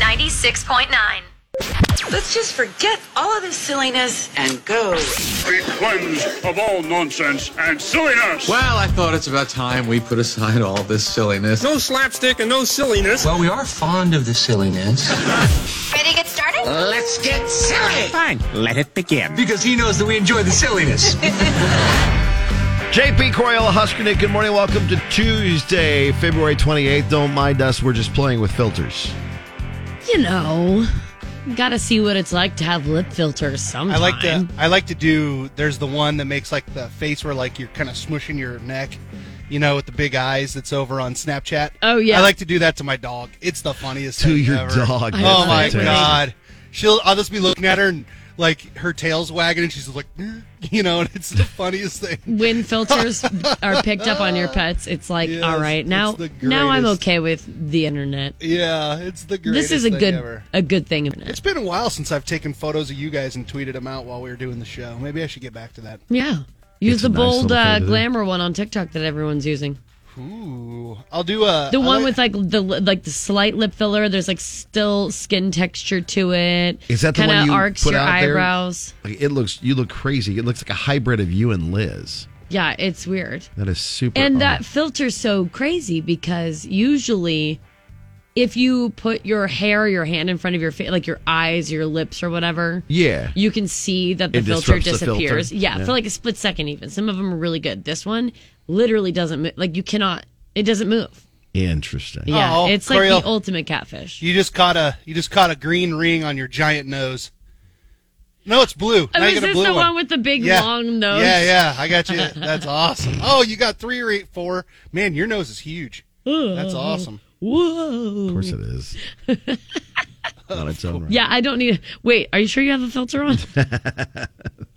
106.9. Let's just forget all of this silliness and go. be cleansed of all nonsense and silliness. Well, I thought it's about time we put aside all this silliness. No slapstick and no silliness. Well, we are fond of the silliness. Ready to get started? Let's get silly! Fine, let it begin. Because he knows that we enjoy the silliness. JP Coriel Huskernick, good morning. Welcome to Tuesday, February 28th. Don't mind us, we're just playing with filters. you know, gotta see what it's like to have lip filters I sometime. like to I like to do. There's the one that makes like the face where like you're kind of smushing your neck, you know, with the big eyes. That's over on Snapchat. Oh, yeah. I like to do that to my dog. It's the funniest. To thing your ever. dog, Oh that's my fantastic. god. She'll. I'll just be looking at her and like her tail's wagging and she's just like, "Mm," you know, and it's the funniest thing. When filters are picked up on your pets, it's like, Yes, all right, it's now the now I'm greatest. okay with the internet. Yeah, it's the greatest. This is a thing good Ever. a good thing. Internet. It's been a while since I've taken photos of you guys and tweeted them out while we were doing the show. Maybe I should get back to that. Yeah. Use It's the a nice bold little thing uh, to do. glamour one on TikTok that everyone's using. Ooh, I'll do a The I one like- with like the like the slight lip filler. There's like still skin texture to it. Is that the Kinda one you arcs put your out there? eyebrows? Like, it looks, you look crazy. It looks like a hybrid of you and Liz. Yeah, it's weird. That is super. And odd. that filter's so crazy because usually, if you put your hair, your hand in front of your face, like your eyes, your lips, or whatever, Yeah. you can see that the It filter disrupts the filter. disappears. Yeah, Yeah. for like a split second, even. Some of them are really good. This one literally doesn't move. Like you cannot, it doesn't move. Interesting. Yeah, Oh, it's like Coriel. the ultimate catfish. You just caught a you just caught a green ring on your giant nose. No, it's blue. Oh, Now you is got a this blue the one with the big yeah. long nose? Yeah, yeah. I got you. That's awesome. Oh, you got three or eight, four. Man, your nose is huge. That's awesome. Of Whoa. course it is. On its own right. Yeah, I don't need. Wait, are you sure you have the filter on?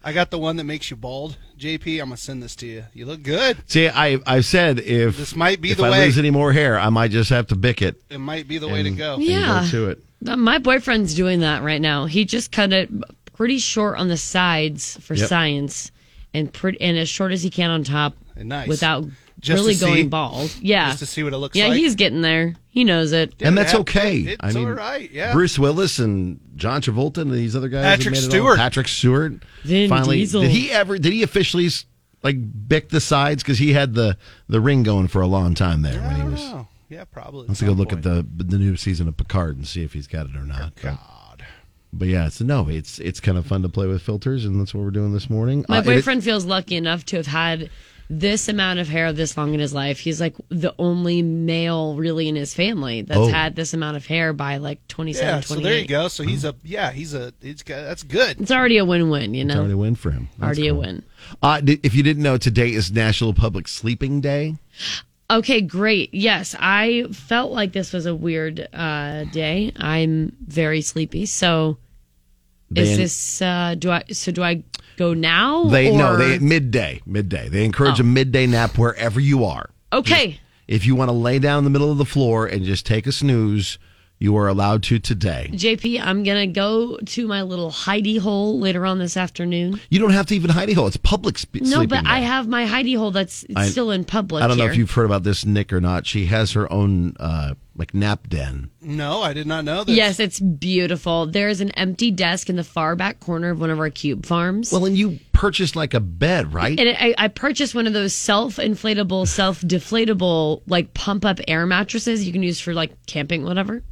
I got the one that makes you bald. JP, I'm gonna send this to you. You look good. See, I I said if This might be if the I way. lose any more hair, I might just have to bick it. It might be the way to and- go. and go Yeah. to it. Uh, My boyfriend's doing that right now. He just cut it pretty short on the sides for Yep. science, and pretty and as short as he can on top, And nice. without Just really to see- going bald. Yeah, just to see what it looks yeah, like. he's getting there. He knows it. and that's Yeah, okay. it- I it's mean, all right, yeah. Bruce Willis and John Travolta and these other guys. have Patrick made it all- Stewart. Patrick Stewart. Vin finally, Diesel. did he ever? Did he officially like bick the sides because he had the the ring going for a long time there when he was. Oh, yeah, Oh, probably. Let's go look at the the new season of Picard and see if he's got it or not. But, but yeah, it's no, it's it's kind of fun to play with filters, and that's what we're doing this morning. My Uh, it- boyfriend feels lucky enough to have had this amount of hair this long in his life. He's like the only male really in his family that's Oh. had this amount of hair by like 27, Yeah, so there you 28. go. So he's a yeah, he's a it's got that's good. It's already a win-win, you it's already a know. win for him. That's Already a cool. win. Uh, di- if you didn't know, today is National Public Sleeping Day. Okay, great. Yes, I felt like this was a weird uh, day. I'm very sleepy. So They- is this uh, do I so do I go now? They or... Oh. no, they midday, midday. They encourage a midday nap wherever you are. okay. If you want to lay down in the middle of the floor and just take a snooze, you are allowed to today. JP, I'm gonna go to my little hidey hole later on this afternoon. You don't have to even hidey hole. It's public sp- No, sleeping but I day. have my hidey hole that's it's I- still in public. I don't know here. if you've heard about this Nick or not. She has her own uh, like nap den. No, I did not know this. Yes, it's beautiful. There is an empty desk in the far back corner of one of our cube farms. Well, and you purchased like a bed, right? and I, I purchased one of those self-inflatable, self-deflatable, like pump-up air mattresses you can use for like camping, whatever.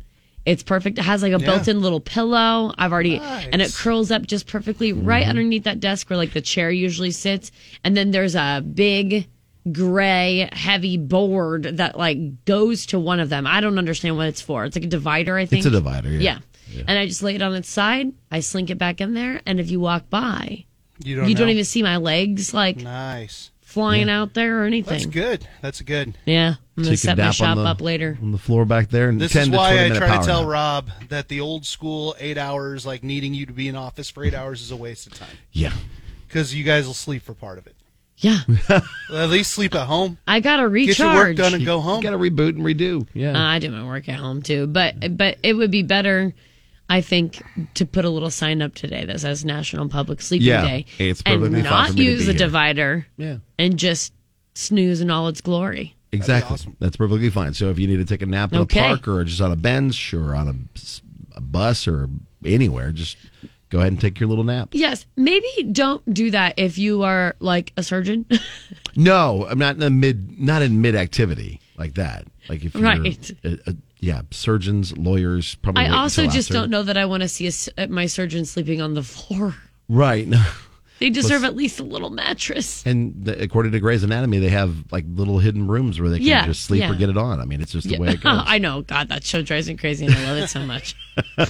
It's perfect. It has like a built-in little pillow. I've already and it curls up just perfectly right Mm-hmm. underneath that desk where like the chair usually sits. And then there's a big gray heavy board that like goes to one of them. I don't understand what it's for. It's like a divider, I think. It's a divider, yeah. And I just lay it on its side. I slink it back in there, and if you walk by, you don't. you don't know. even see my legs like Nice. flying out there or anything. That's good. That's good. Yeah, So I'm you gonna can set my nap on shop the- up later. on the floor back there. And This 10 is to why 20 I minute try power to tell nap. Rob that the old school eight hours, like needing you to be in office for eight hours, is a waste of time Yeah. because you guys will sleep for part of it. Yeah, At least sleep at home. I gotta recharge. Get your work done and go You home. got to reboot and redo. Yeah. Uh, I do my work at home too, but but it would be better, I think, to put a little sign up today that says National Public Sleeping Yeah, Day it's and perfectly fine not for me to use be a here. divider. Yeah. and just snooze in all its glory. Exactly. That's perfectly fine. So if you need to take a nap in Okay. a park or just on a bench or on a s- a, a bus or anywhere, just go ahead and take your little nap. Yes, maybe don't do that if you are like a surgeon. No, I'm not in the mid, not in mid activity like that. Like if you're, Right. uh, uh, yeah, surgeons, lawyers, probably. I wait also until just after. don't know that I want to see a s my surgeon sleeping on the floor. Right. They deserve at least a little mattress. And the, according to Grey's Anatomy, they have like little hidden rooms where they can Yeah, just sleep or yeah. get it on. I mean, it's just the Yeah. way it goes. I know. God, that show drives me crazy, and I love it so much. All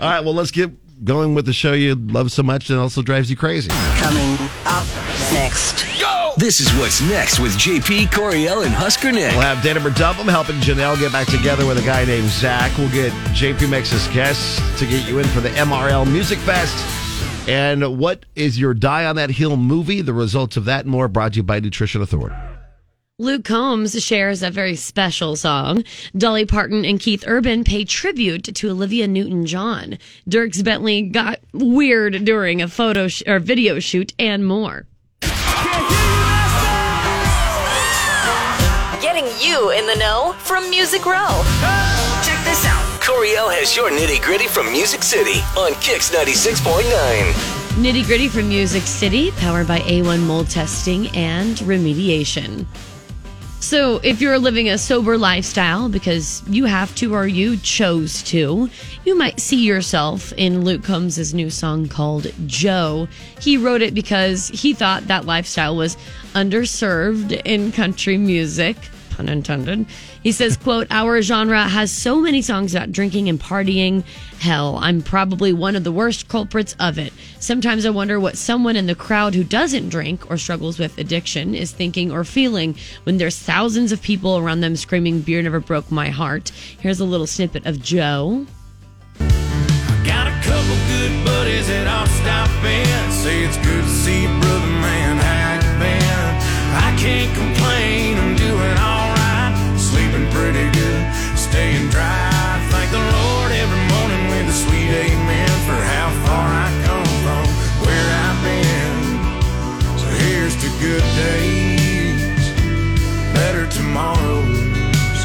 right, well, let's get going with the show you love so much and also drives you crazy. Coming up next. This is what's next with JP Coriel and Husker Nick. We'll have Uh, Dana Dublin helping Janelle get back together with a guy named Zach. We'll get JP Mix's guests to get you in for the MRL Music Fest. And what is your Die on That Hill movie? The results of that and more brought to you by Nutrition Authority. Luke Combs shares a very special song. Dolly Parton and Keith Urban pay tribute to Olivia Newton John. Dirks Bentley got weird during a photo sh- or video shoot, and more. Getting you in the know from Music Row. Check this out. Coriel has your nitty gritty from Music City on Kix 96.9. Nitty gritty from Music City, powered by A1 mold testing and remediation. So, if you're living a sober lifestyle because you have to or you chose to, you might see yourself in Luke Combs' new song called Joe. He wrote it because he thought that lifestyle was underserved in country music. Pun intended. He says, quote, our genre has so many songs about drinking and partying. Hell, I'm probably one of the worst culprits of it. Sometimes I wonder what someone in the crowd who doesn't drink or struggles with addiction is thinking or feeling when there's thousands of people around them screaming, Beer never broke my heart. Here's a little snippet of Joe. Got a couple good buddies that I'll stop in. Say it's good to see brother man. How you been? I can't complain, I'm doing alright. Sleeping pretty good, staying dry. Thank the Lord every morning with a sweet amen for how far I come from where I've been. So here's to good days, better tomorrows,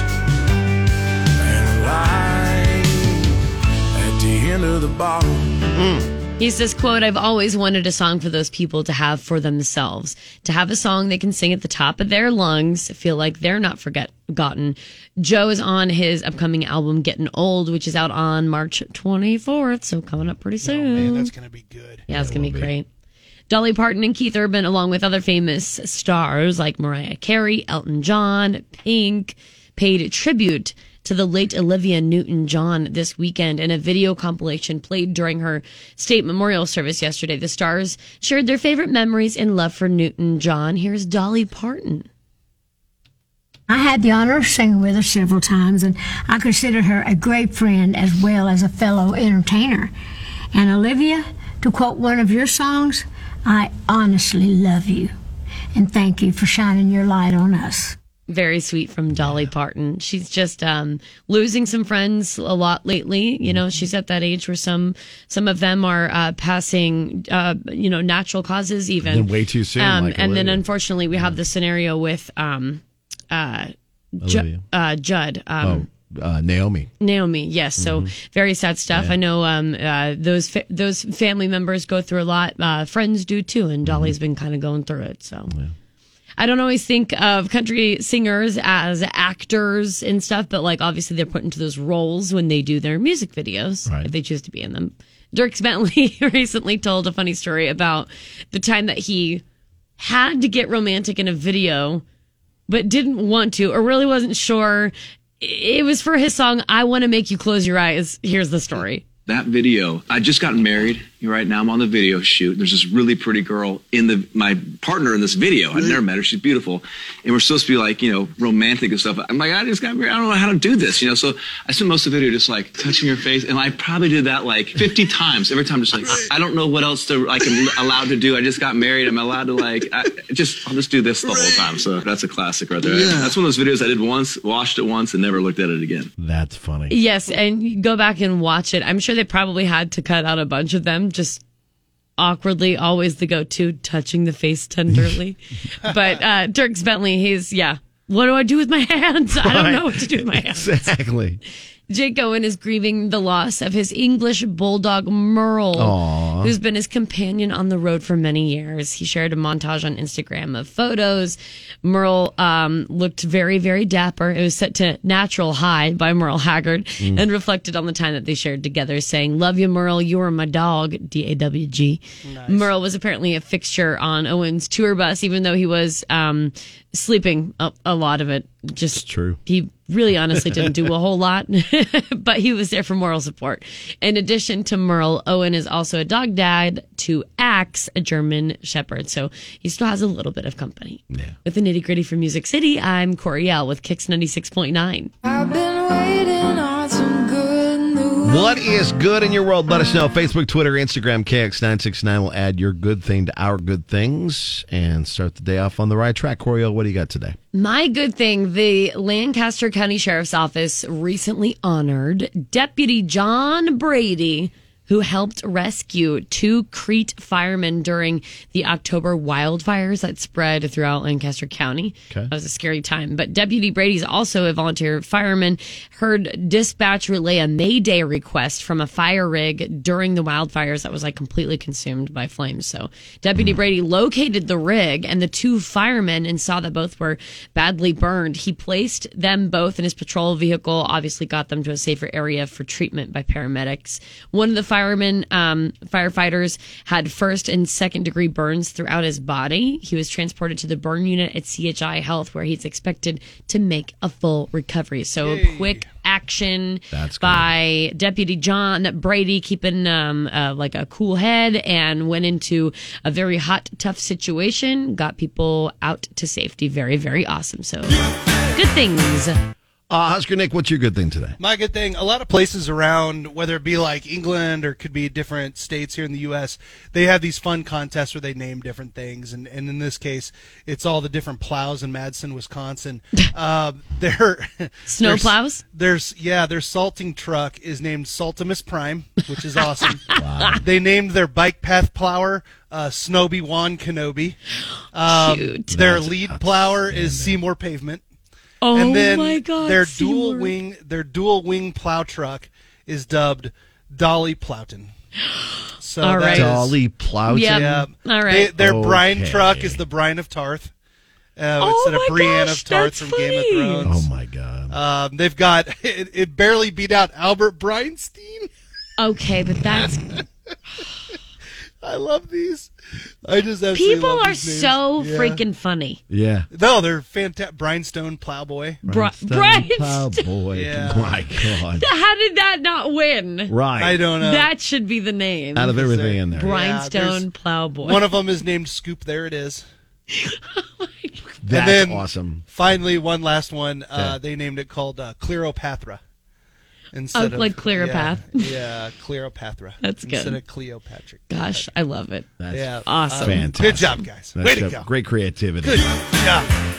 and a life at the end of the bottle. He says, quote, I've always wanted a song for those people to have for themselves, to have a song they can sing at the top of their lungs, feel like they're not forgotten. Joe is on his upcoming album, Getting Old, which is out on March 24th. So coming up pretty soon. Oh, Man, that's gonna be good. Yeah, it's going to be great. Dolly Parton and Keith Urban, along with other famous stars like Mariah Carey, Elton John, Pink, paid tribute to the late Olivia Newton John this weekend in a video compilation played during her state memorial service yesterday. The stars shared their favorite memories and love for Newton John. Here's Dolly Parton. I had the honor of singing with her several times, and I considered her a great friend as well as a fellow entertainer. And Olivia, to quote one of your songs, I honestly love you, and thank you for shining your light on us. Very sweet from Dolly Parton. She's just um, losing some friends a lot lately. Mm-hmm. You know, she's at that age where some some of them are uh, passing, uh, you know, natural causes even. And way too soon, Um, like and then Olivia. unfortunately, we have the scenario with um, uh, Ju- Olivia. uh, Judd. Um, Oh, uh, Naomi. Naomi, yes. So very sad stuff. I know um, uh, those fa- those family members go through a lot. Uh, friends do too, and Dolly's been kind of going through it. So I don't always think of country singers as actors and stuff, but like obviously they're put into those roles when they do their music videos Right. if they choose to be in them. Dirks Bentley recently told a funny story about the time that he had to get romantic in a video but didn't want to or really wasn't sure. It was for his song, I Want to Make You Close Your Eyes. Here's the story. That video, I just got married. You're right now. I'm on the video shoot. There's this really pretty girl in the my partner in this video. I've never met her. She's beautiful, and we're supposed to be like you know romantic and stuff. I'm like, I just got married. I don't know how to do this, you know. So I spent most of the video just like touching her face, and I probably did that like 50 times. Every time, just like I don't know what else to like I'm allowed to do. I just got married. I'm allowed to like I, just I'll just do this the whole time. So that's a classic right there. That's one of those videos I did once, watched it once, and never looked at it again. That's funny. Yes, and you go back and watch it. I'm sure they probably had to cut out a bunch of them, just awkwardly, always the go to, touching the face tenderly. but uh, Dirks Bentley, he's, yeah. What do I do with my hands? I don't know what to do with my hands. Exactly. Jake Owen is grieving the loss of his English bulldog Merle, Aw. who's been his companion on the road for many years. He shared a montage on Instagram of photos. Merle um, looked very, very dapper. It was set to Natural High by Merle Haggard and reflected on the time that they shared together, saying, Love you, Merle. You are my dog, D A W G. Merle was apparently a fixture on Owen's tour bus, even though he was um, sleeping a, a lot of it. Just true. he really honestly didn't do a whole lot, but he was there for moral support. In addition to Merle, Owen is also a dog dad to Axe, a German Shepherd. So he still has a little bit of company. With the nitty gritty from Music City, I'm Coriel with Kix 96.9. What is good in your world? Let us know. Facebook, Twitter, Instagram, KX969 will add your good thing to our good things and start the day off on the right track. Coriel, what do you got today? My good thing, the Lancaster County Sheriff's Office recently honored Deputy John Brady, who helped rescue two Crete firemen during the October wildfires that spread throughout Lancaster County. Okay. That was a scary time. But Deputy Brady's also a volunteer fireman, heard dispatch relay a Mayday request from a fire rig during the wildfires that was like completely consumed by flames. So Deputy Brady located the rig and the two firemen and saw that both were badly burned. He placed them both in his patrol vehicle, obviously got them to a safer area for treatment by paramedics. One of the firemen, um, firefighters, had first and second degree burns throughout his body. He was transported to the burn unit at CHI Health, where he's expected to make a full recovery. So, quick action That's good. by Deputy John Brady, keeping um, uh, like a cool head, and went into a very hot, tough situation. Got people out to safety. Very, very awesome. So, good things. Uh, Husker Nick, what's your good thing today? My good thing, a lot of places around, whether it be like England or could be different states here in the U.S., they have these fun contests where they name different things. And, and in this case, it's all the different plows in Madison, Wisconsin. Um their Snow their- plows? There's yeah, their salting truck is named Saltimus Prime, which is awesome. They named their bike path plower uh, Snowy Wan Kenobi. Um, Cute. Their lead plower is Seymour Pavement Oh and then my God! their Seymour. dual wing their dual wing plow truck is dubbed Dolly Plowton. So All that right. is- Dolly Plowton. Yeah. yeah. All They- right. their brine Okay. truck is the brine of Tarth. Uh, Oh instead of my Brienne of gosh, Tarth that's from Game of funny. Thrones. Oh my God. Um, they've got it, it barely beat out Albert Breinstein. Okay, but that's I love these. I just absolutely people love are these names. so Yeah. freaking funny. yeah. No, they're fantastic. Brinestone Plowboy. Bri- Brian, Oh boy. Yeah. My God. how did that not win? Right. I don't uh, know. That should be the name. Out of everything in there. Grindstone there's Plowboy. One of them is named Scoop. There it is. That's then- awesome. Finally, one last one. Yeah. Uh, they named it called uh, Cleopatra. Oh, Instead like of, Cleopath. Yeah, yeah, Cleopatra. That's good. Instead of Cleopatra. Gosh, I love it. That's Yeah. um, Awesome. fantastic. Good job, guys. That's Way to good. go. Great creativity. Yeah.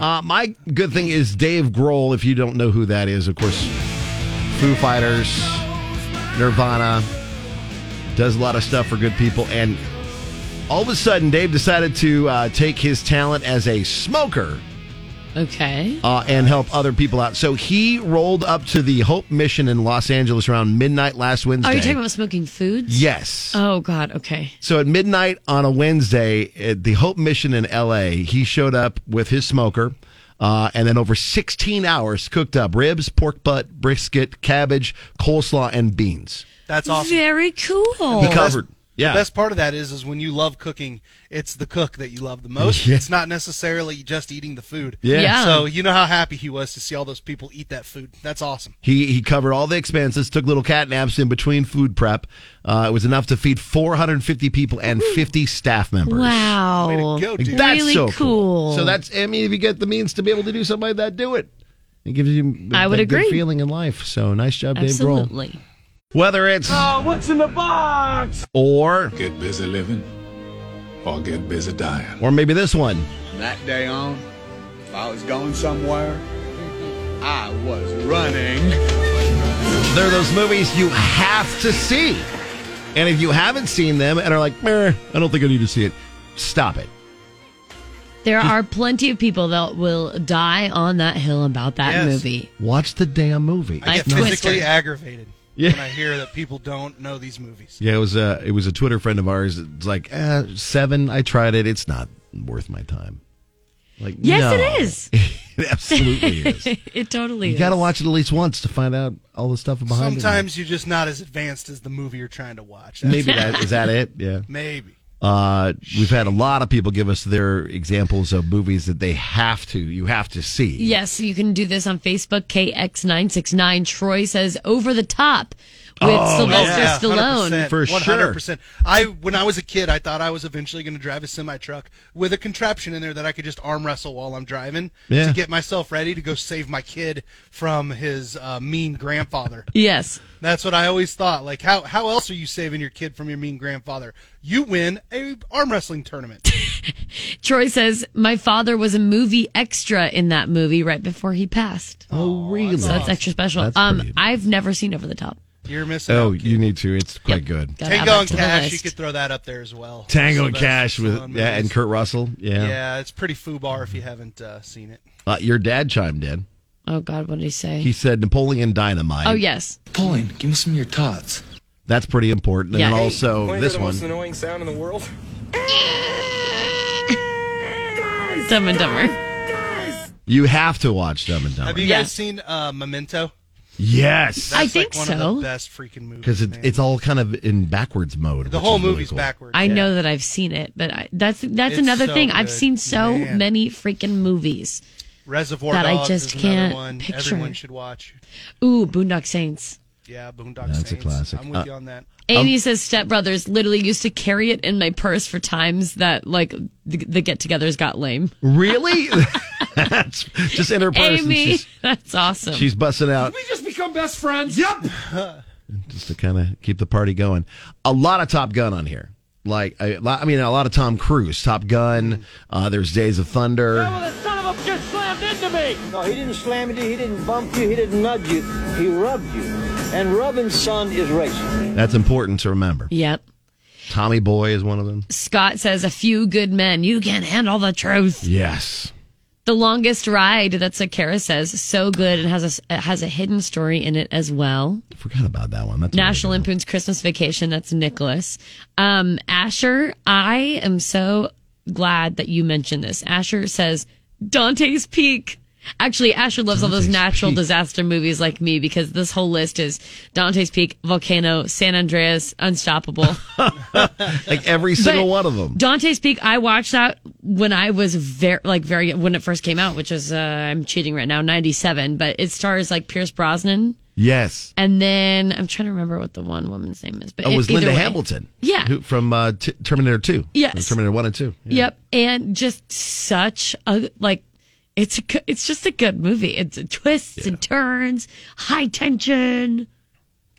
Uh, my good thing is Dave Grohl, if you don't know who that is, of course, Foo Fighters, Nirvana, does a lot of stuff for good people. And all of a sudden, Dave decided to uh, take his talent as a smoker Okay. uh, and help other people out. So he rolled up to the Hope Mission in Los Angeles around midnight last Wednesday. Are you Oh, talking about smoking foods? Yes. Oh God. Okay. So at midnight on a Wednesday at the Hope Mission in LA, he showed up with his smoker. Uh, and then over 16 hours, cooked up ribs, pork butt, brisket, cabbage, coleslaw, and beans. That's awesome. Very cool. He covered. Yeah. The best part of that is, is when you love cooking, it's the cook that you love the most. Yeah. It's not necessarily just eating the food. Yeah. Yeah. So you know how happy he was to see all those people eat that food. That's awesome. He he covered all the expenses, took little cat naps in between food prep. Uh, it was enough to feed 450 people and 50 staff members. Way to Wow. go, Like, dude. that's Really so cool. cool. So that's I mean, if you get the means to be able to do something like that, do it. It gives you a I would good agree. feeling in life. So nice job, Dave Grohl. Absolutely. Whether it's oh, what's in the box, or Get busy living or get busy dying. or maybe this one. That day on, if I was going somewhere, I was running. They're those movies you have to see, and if you haven't seen them and are like, Meh, I don't think I need to see it, stop it. There are plenty of people that will die on that hill about that Yes. movie. Watch the damn movie. I get It's not- physically aggravated Yeah. when I hear that people don't know these movies. Yeah, it was a it was a Twitter friend of ours. It's like eh, seven. I tried it. It's not worth my time. Like Yes, no. it is. it absolutely is. it totally You is. got to watch it at least once to find out all the stuff behind it. Sometimes you're just not as advanced as the movie you're trying to watch. That's- Maybe that is that it. Yeah. Maybe. Uh, we've had a lot of people give us their examples of movies that they have to you have to see. Yes, you can do this on Facebook, KX969. Troy says over the top with Oh, Sylvester yeah. Stallone. For sure. 100%. I when I was a kid, I thought I was eventually going to drive a semi truck with a contraption in there that I could just arm wrestle while I'm driving Yeah. to get myself ready to go save my kid from his uh, mean grandfather. Yes. That's what I always thought. Like how how else are you saving your kid from your mean grandfather? You win a arm wrestling tournament. Troy says, My father was a movie extra in that movie right before he passed. Oh, really? So that's extra special. That's um, pretty- I've never seen Over the Top. You're missing Oh, out. you need to. It's quite good. Gotta add Tango that and to the Cash, list. you could throw that up there as well. Tango and Sylvester Cash with Stallone yeah, movies. and Kurt Russell. Yeah. Yeah, it's pretty foobar if you haven't uh, seen it. Uh, your dad chimed in. Oh, God, what did he say? He said Napoleon Dynamite. oh, yes. Pauline, give me some of your tots. That's pretty important. And Yeah. then Hey, also this one. annoying sound in the world? Dumb and Dumber. You have to watch Dumb and Have Dumber. you Yeah. guys seen uh, Memento? yes. I It's think like one so. of the best freaking movies. Because it, man. it's all kind of in backwards mode. the which whole is really movie's cool. backwards. I know that I've seen it, but I, that's that's It's another so thing. I've good. seen so Man. many freaking movies. Reservoir that I Dogs just is another can't one picture. everyone should watch. Ooh, Boondock Saints. Yeah, Boondock That's a Saints. classic. I'm with Uh, you on that. Amy says Step Brothers literally used to carry it in my purse for times that like the, the get-togethers got lame. Really? That's just in her purse. and Amy, She's, that's awesome. she's busting out We just become best friends. Yep. just to kind of keep the party going. A lot of Top Gun on here. Like, I, I mean, a lot of Tom Cruise, Top Gun. Uh, there's Days of Thunder. No, he didn't slam you, he didn't bump you, he didn't nudge you, he rubbed you. And rubbing, son, is racing. That's important to remember. yep. Tommy Boy is one of them. Scott says a few good men. You can handle the truth. Yes. The longest ride. That's what Kara says. So good and has a s- it has a hidden story in it as well. Forgot about that one. That's a really National good one. Lampoon's Christmas Vacation. That's Nicholas. Um, Asher, I am so glad that you mentioned this. Asher says Dante's Peak. Actually, Asher loves all those Dante's natural Peak. disaster movies like me because this whole list is Dante's Peak, Volcano, San Andreas, Unstoppable. Like every single But one of them. Dante's Peak. I watched that when I was very, like, very when it first came out, which is uh, I'm cheating right now, '97. But it stars like Pierce Brosnan, Yes. and then I'm trying to remember what the one woman's name is. But Oh, e- It was either Linda way. Hamilton. Yeah. Who, from uh, T- Terminator 2. Yes. From Terminator 1 and 2. Yeah. Yep, and just such a like. It's a, good- it's just a good movie. It's twists and turns, high tension.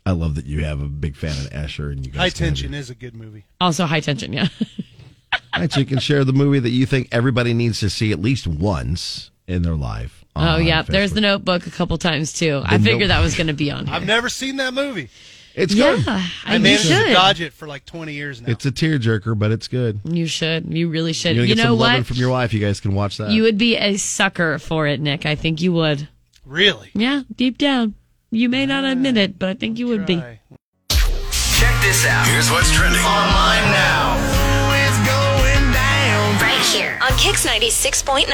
I love that you have a big fan of Asher and you guys. High can have Tension your- is a good movie. Also high tension. Yeah. All right, so you can share the movie that you think everybody needs to see at least once in their life. Oh on yeah. There's Facebook. the Notebook a couple times too. I figured that was going to be on here. I've never seen that movie. It's yeah, good. I, I you managed should. to dodge it for like 20 years now. It's a tearjerker, but it's good. You should. You really should. You're gonna You get some know loving what? from your uh, wife. You guys can watch that. You would be a sucker for it, Nick. I think you would. really? Yeah, deep down. You may not admit it, but I think you would be. Try. Check this out. Here's what's trending online now. It's going down. Right here on Kix 96.9.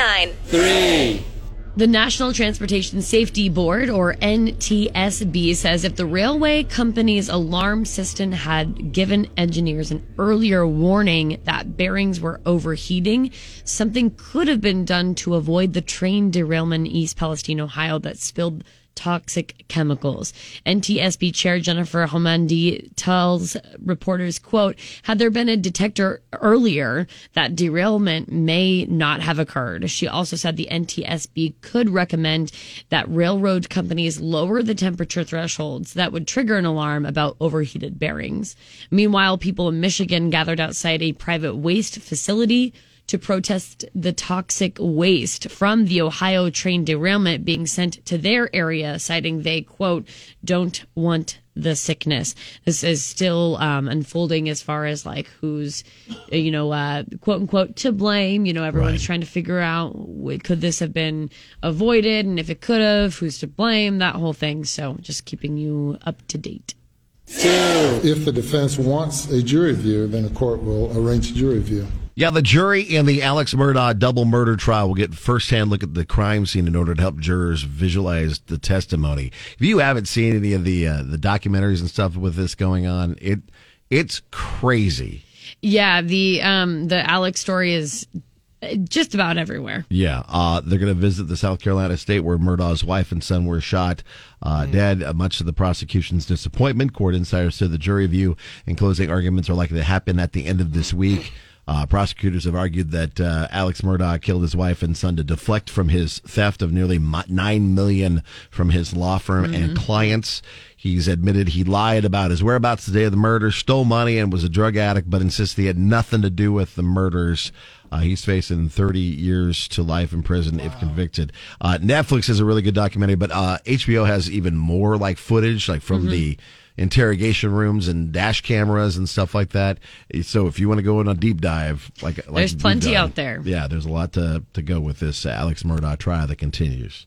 The National Transportation Safety Board, or NTSB, says if the railway company's alarm system had given engineers an earlier warning that bearings were overheating, something could have been done to avoid the train derailment in East Palestine, Ohio, that spilled toxic chemicals. NTSB Chair Jennifer Homandi tells reporters, quote, had there been a detector earlier, that derailment may not have occurred. She also said the NTSB could recommend that railroad companies lower the temperature thresholds that would trigger an alarm about overheated bearings. Meanwhile, people in Michigan gathered outside a private waste facility to protest the toxic waste from the Ohio train derailment being sent to their area, citing they, quote, don't want the sickness. This is still um, unfolding as far as like who's, you know, uh, quote unquote to blame. You know, everyone's trying to figure out w- could this have been avoided, and if it could have, who's to blame? That whole thing. So just keeping you up to date. If the defense wants a jury view, then the court will arrange jury view. Yeah, the jury in the Alex Murdaugh double murder trial will get firsthand look at the crime scene in order to help jurors visualize the testimony. If you haven't seen any of the uh, the documentaries and stuff with this going on, it it's crazy. Yeah, the um the Alex story is uh, just about everywhere. Yeah, uh, they're going to visit the South Carolina state where Murdaugh's wife and son were shot uh, dead. Uh, much of the prosecution's disappointment, court insiders said the jury view and closing arguments are likely to happen at the end of this week. Uh, prosecutors have argued that uh, Alex Murdaugh killed his wife and son to deflect from his theft of nearly mi- nine million from his law firm Mhm. and clients. He's admitted he lied about his whereabouts the day of the murder, stole money, and was a drug addict, but insists he had nothing to do with the murders. Uh, he's facing 30 years to life in prison if convicted. Uh, Netflix is a really good documentary, but uh, HBO has even more like footage, like from Mm-hmm. Mhm. the interrogation rooms and dash cameras and stuff like that. So if you want to go on a deep dive, like, like There's deep plenty dive- out there. Yeah, there's a lot to to go with this Alex Murdaugh trial that continues.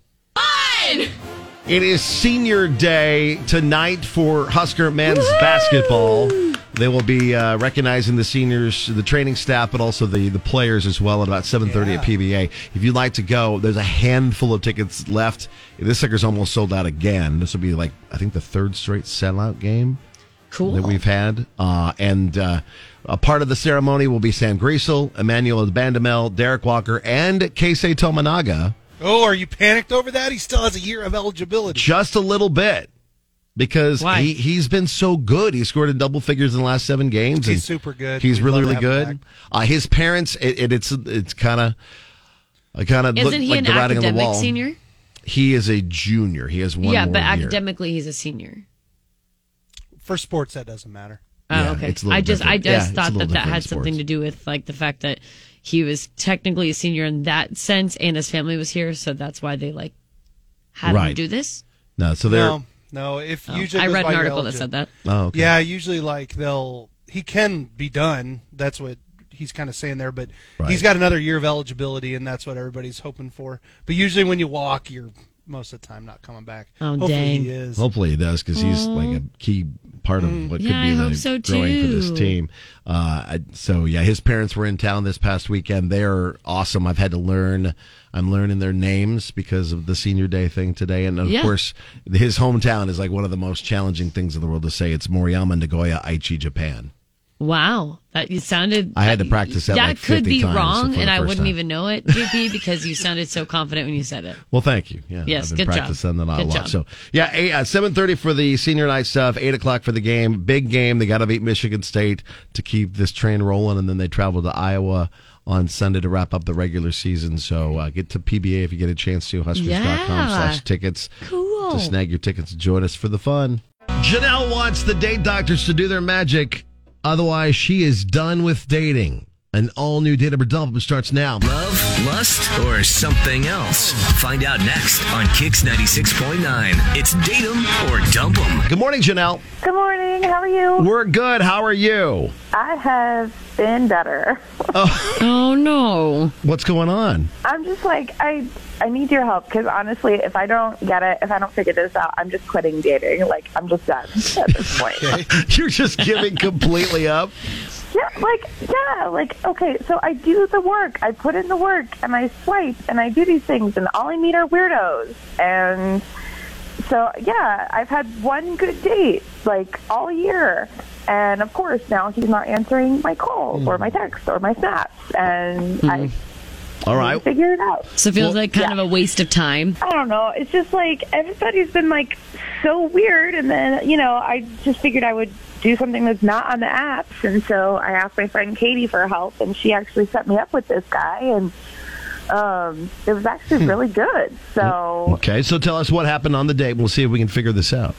It is senior day tonight for Husker men's basketball. They will be uh, recognizing the seniors, the training staff, but also the, the players as well at about 7.30 at PBA. If you'd like to go, there's a handful of tickets left. This sucker's almost sold out again. This will be like, I think, the third straight sellout game cool. that we've had. Uh, and uh, a part of the ceremony will be Sam Greasel, Emmanuel Bandamel, Derek Walker, and Keisei Tomanaga. Oh, are you panicked over that? He still has a year of eligibility. Just a little bit. Because he, he's been so good. He scored in double figures in the last seven games. He's and super good. He's We'd really, love really to have him good. Uh, his parents, it, it, it's it's kind of, I kind of look Isn't he like an the writing on the academic wall. senior? He is a junior. He has one yeah, more but year. academically he's a senior. For sports, that doesn't matter. Oh, Yeah, okay. it's a little I just I different. Yeah, just it's a thought little that that different had in something to do with like the fact that he was technically a senior in that sense, and his family was here, so that's why they like had him Right. do this. No, so they're no, Um, no. If Oh, usually I goes read by an your article that eligibility. said that. Oh, okay. yeah. Usually, like they'll he can be done. That's what he's kind of saying there. But he's Right. got another year of eligibility, and that's what everybody's hoping for. But usually, when you walk, you're most of the time not coming back. Oh, Hopefully dang. He is. Hopefully he does because he's Aw. like a key part Mm. of what Yeah, could be I the hope so, growing for this too. team. Uh, I- so yeah, his parents were in town this past weekend. They're awesome. I've had to learn. I'm learning their names because of the senior day thing today, and of Yeah. course, his hometown is like one of the most challenging things in the world to say. It's Moriyama Nagoya Aichi, Japan. Wow, that you sounded. I had to practice that. that like could 50 be times wrong, for the and I first wouldn't time. even know it, JP, because you sounded so confident when you said it. Well, thank you. Yeah, Yes, I've good been job. practicing that a Good lot. job. So, yeah, eight, uh, seven thirty for the senior night stuff. Eight o'clock for the game. Big game. They got to beat Michigan State to keep this train rolling, and then they travel to Iowa on Sunday to wrap up the regular season. So, uh, get to PBA if you get a chance to. Yeah. Huskers.com/slash tickets. Cool. To snag your tickets and join us for the fun. Janelle wants the date doctors to do their magic. Otherwise, she is done with dating. An all new date double starts now. Love, lust, or something else? Find out next on Kix 96.9. It's date 'em or dump 'em. Good morning, Janelle. Good morning. How are you? We're good. How are you? I have been better. Oh, no. What's going on? I'm just like I I need your help because Oh, honestly, if I don't get it, if I don't figure this out, I'm just quitting dating. Like I'm just done at this point. You're just giving completely up. yeah, like yeah, like okay. So I do the work. I put in the work, and I swipe, and I do these things, and all I meet are weirdos. And so yeah, I've had one good date like all year. And of course, now he's not answering my calls or my texts or my snaps, and I All right. figure it out. So it feels like kind of a waste of time. I don't know. It's just like everybody's been like so weird, and then you know, I just figured I would do something that's not on the apps, and so I asked my friend Katie for help, and she actually set me up with this guy, and um, it was actually really good. So Okay, so tell us what happened on the date. We'll see if we can figure this out.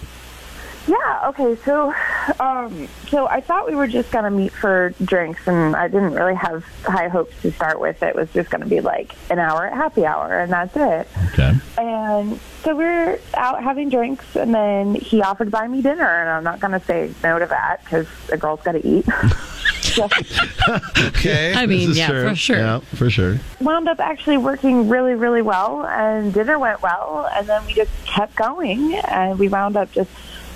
Yeah, okay, so um, so I thought we were just going to meet for drinks, and I didn't really have high hopes to start with. It was just going to be like an hour at happy hour, and that's it. Okay. And so we were out having drinks, and then he offered to buy me dinner, and I'm not going to say no to that because a girl's got to eat. So Okay. I mean, yeah, for sure. Yeah, for sure. wound up actually working really, really well, and dinner went well, and then we just kept going, and we wound up just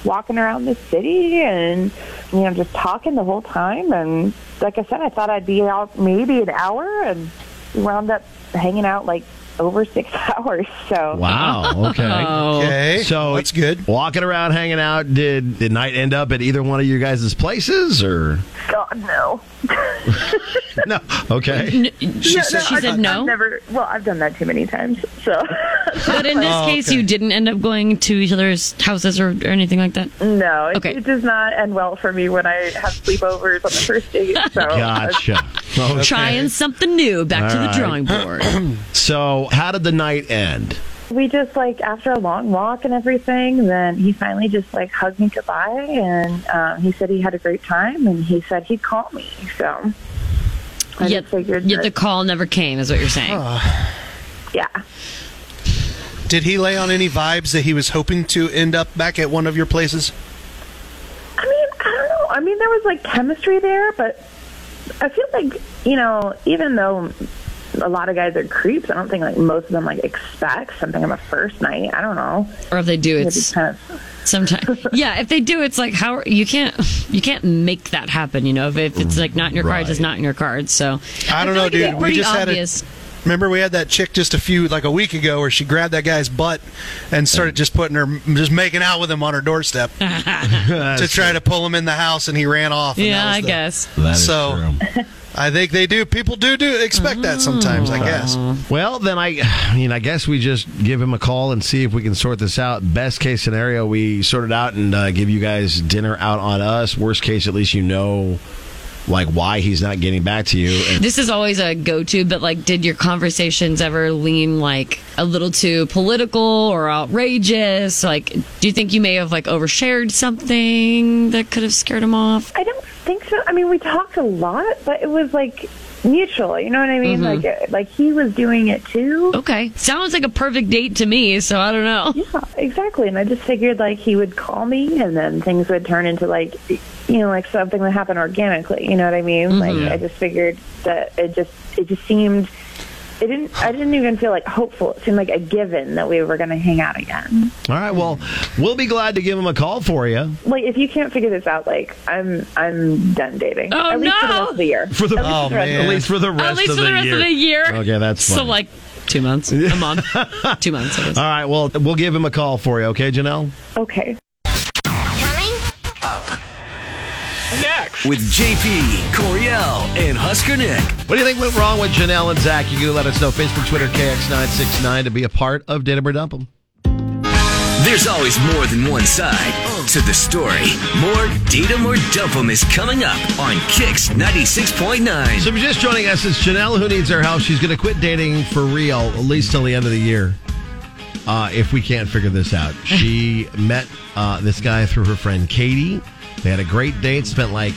walking around the city and you know just talking the whole time. And like I said, I thought I'd be out maybe an hour, and we wound up hanging out like over six hours. So Wow. Okay. Oh. Okay. So that's good. Walking around, hanging out. Did the night end up at either one of you guys' places, or God no. no? Okay. No, no, she I've- said no? I've never. Well, I've done that too many times. So. But in this case, you didn't end up going to each other's houses or, or anything like that. No, it, Okay. it does not end well for me when I have sleepovers on the first date. So Gotcha. Okay. Trying something new. Back to the All right. drawing board. so, how did the night end? we just like after a long walk and everything, then he finally just like hugged me goodbye, and um, he said he had a great time, and he said he'd call me. So I yet, just figured, yet that- the call never came, is what you're saying. yeah. Did he lay on any vibes that he was hoping to end up back at one of your places? I mean, I don't know. I mean, there was like chemistry there, but I feel like you know, even though a lot of guys are creeps, I don't think like most of them like expect something on the first night. I don't know. Or if they do, Maybe it's kind of sometimes. yeah, if they do, it's like how you can't you can't make that happen. You know, if, if it's like not in your cards, it's not in your cards. So I don't know, feel like it'd dude. be We pretty just obvious. had a. Remember, we had that chick just a few like a week ago, where she grabbed that guy's butt and started just putting her, just making out with him on her doorstep to try to pull him in the house, and he ran off. and Yeah, that was I the- guess. That is so. I think they do. People do do expect that sometimes. I guess. Well, then I, I mean, I guess we just give him a call and see if we can sort this out. Best case scenario, we sort it out and uh, give you guys dinner out on us. Worst case, at least you know, like why he's not getting back to you. Mm. And This is always a go to, but like, did your conversations ever lean like a little too political or outrageous? Like, do you think you may have like overshared something that could have scared him off? I don't think so. I mean, we talked a lot, but it was like mutual. You know what I mean? Mhm. Like, like he was doing it too. Okay, sounds like a perfect date to me. So I don't know. Yeah, exactly. And I just figured like he would call me, and then things would turn into like, you know, like something would happen organically. You know what I mean? Mhm. Like, Yeah. I just figured that it just it just seemed. It didn't. I didn't even feel like hopeful. It seemed like a given that we were going to hang out again. all right, well, we'll be glad to give him a call for you. Like, if you can't figure this out, like, I'm I'm done dating. Oh At least for the no! rest of the year. For the, At least for the rest of the at year. least for the rest, At least of, for the the rest year. of the year. Okay, that's Uh, so fine. like two months, a month, two months. I guess. all right, well, we'll give him a call for you. Okay, Janelle. Okay. With JP, Coriel, and Husker Nick. What do you think went wrong with Janelle and Zach? You can let us know. Facebook, Twitter, KX969 to be a part of Dinner or Dump 'Em. There's always more than one side to the story. More Datum or Dump'em is coming up on Kix 96.9. So if you're just joining us, it's Janelle who needs our help. She's going to quit dating for real, at least till the end of the year, uh, if we can't figure this out. She met uh, this guy through her friend Katie. They had a great date, spent like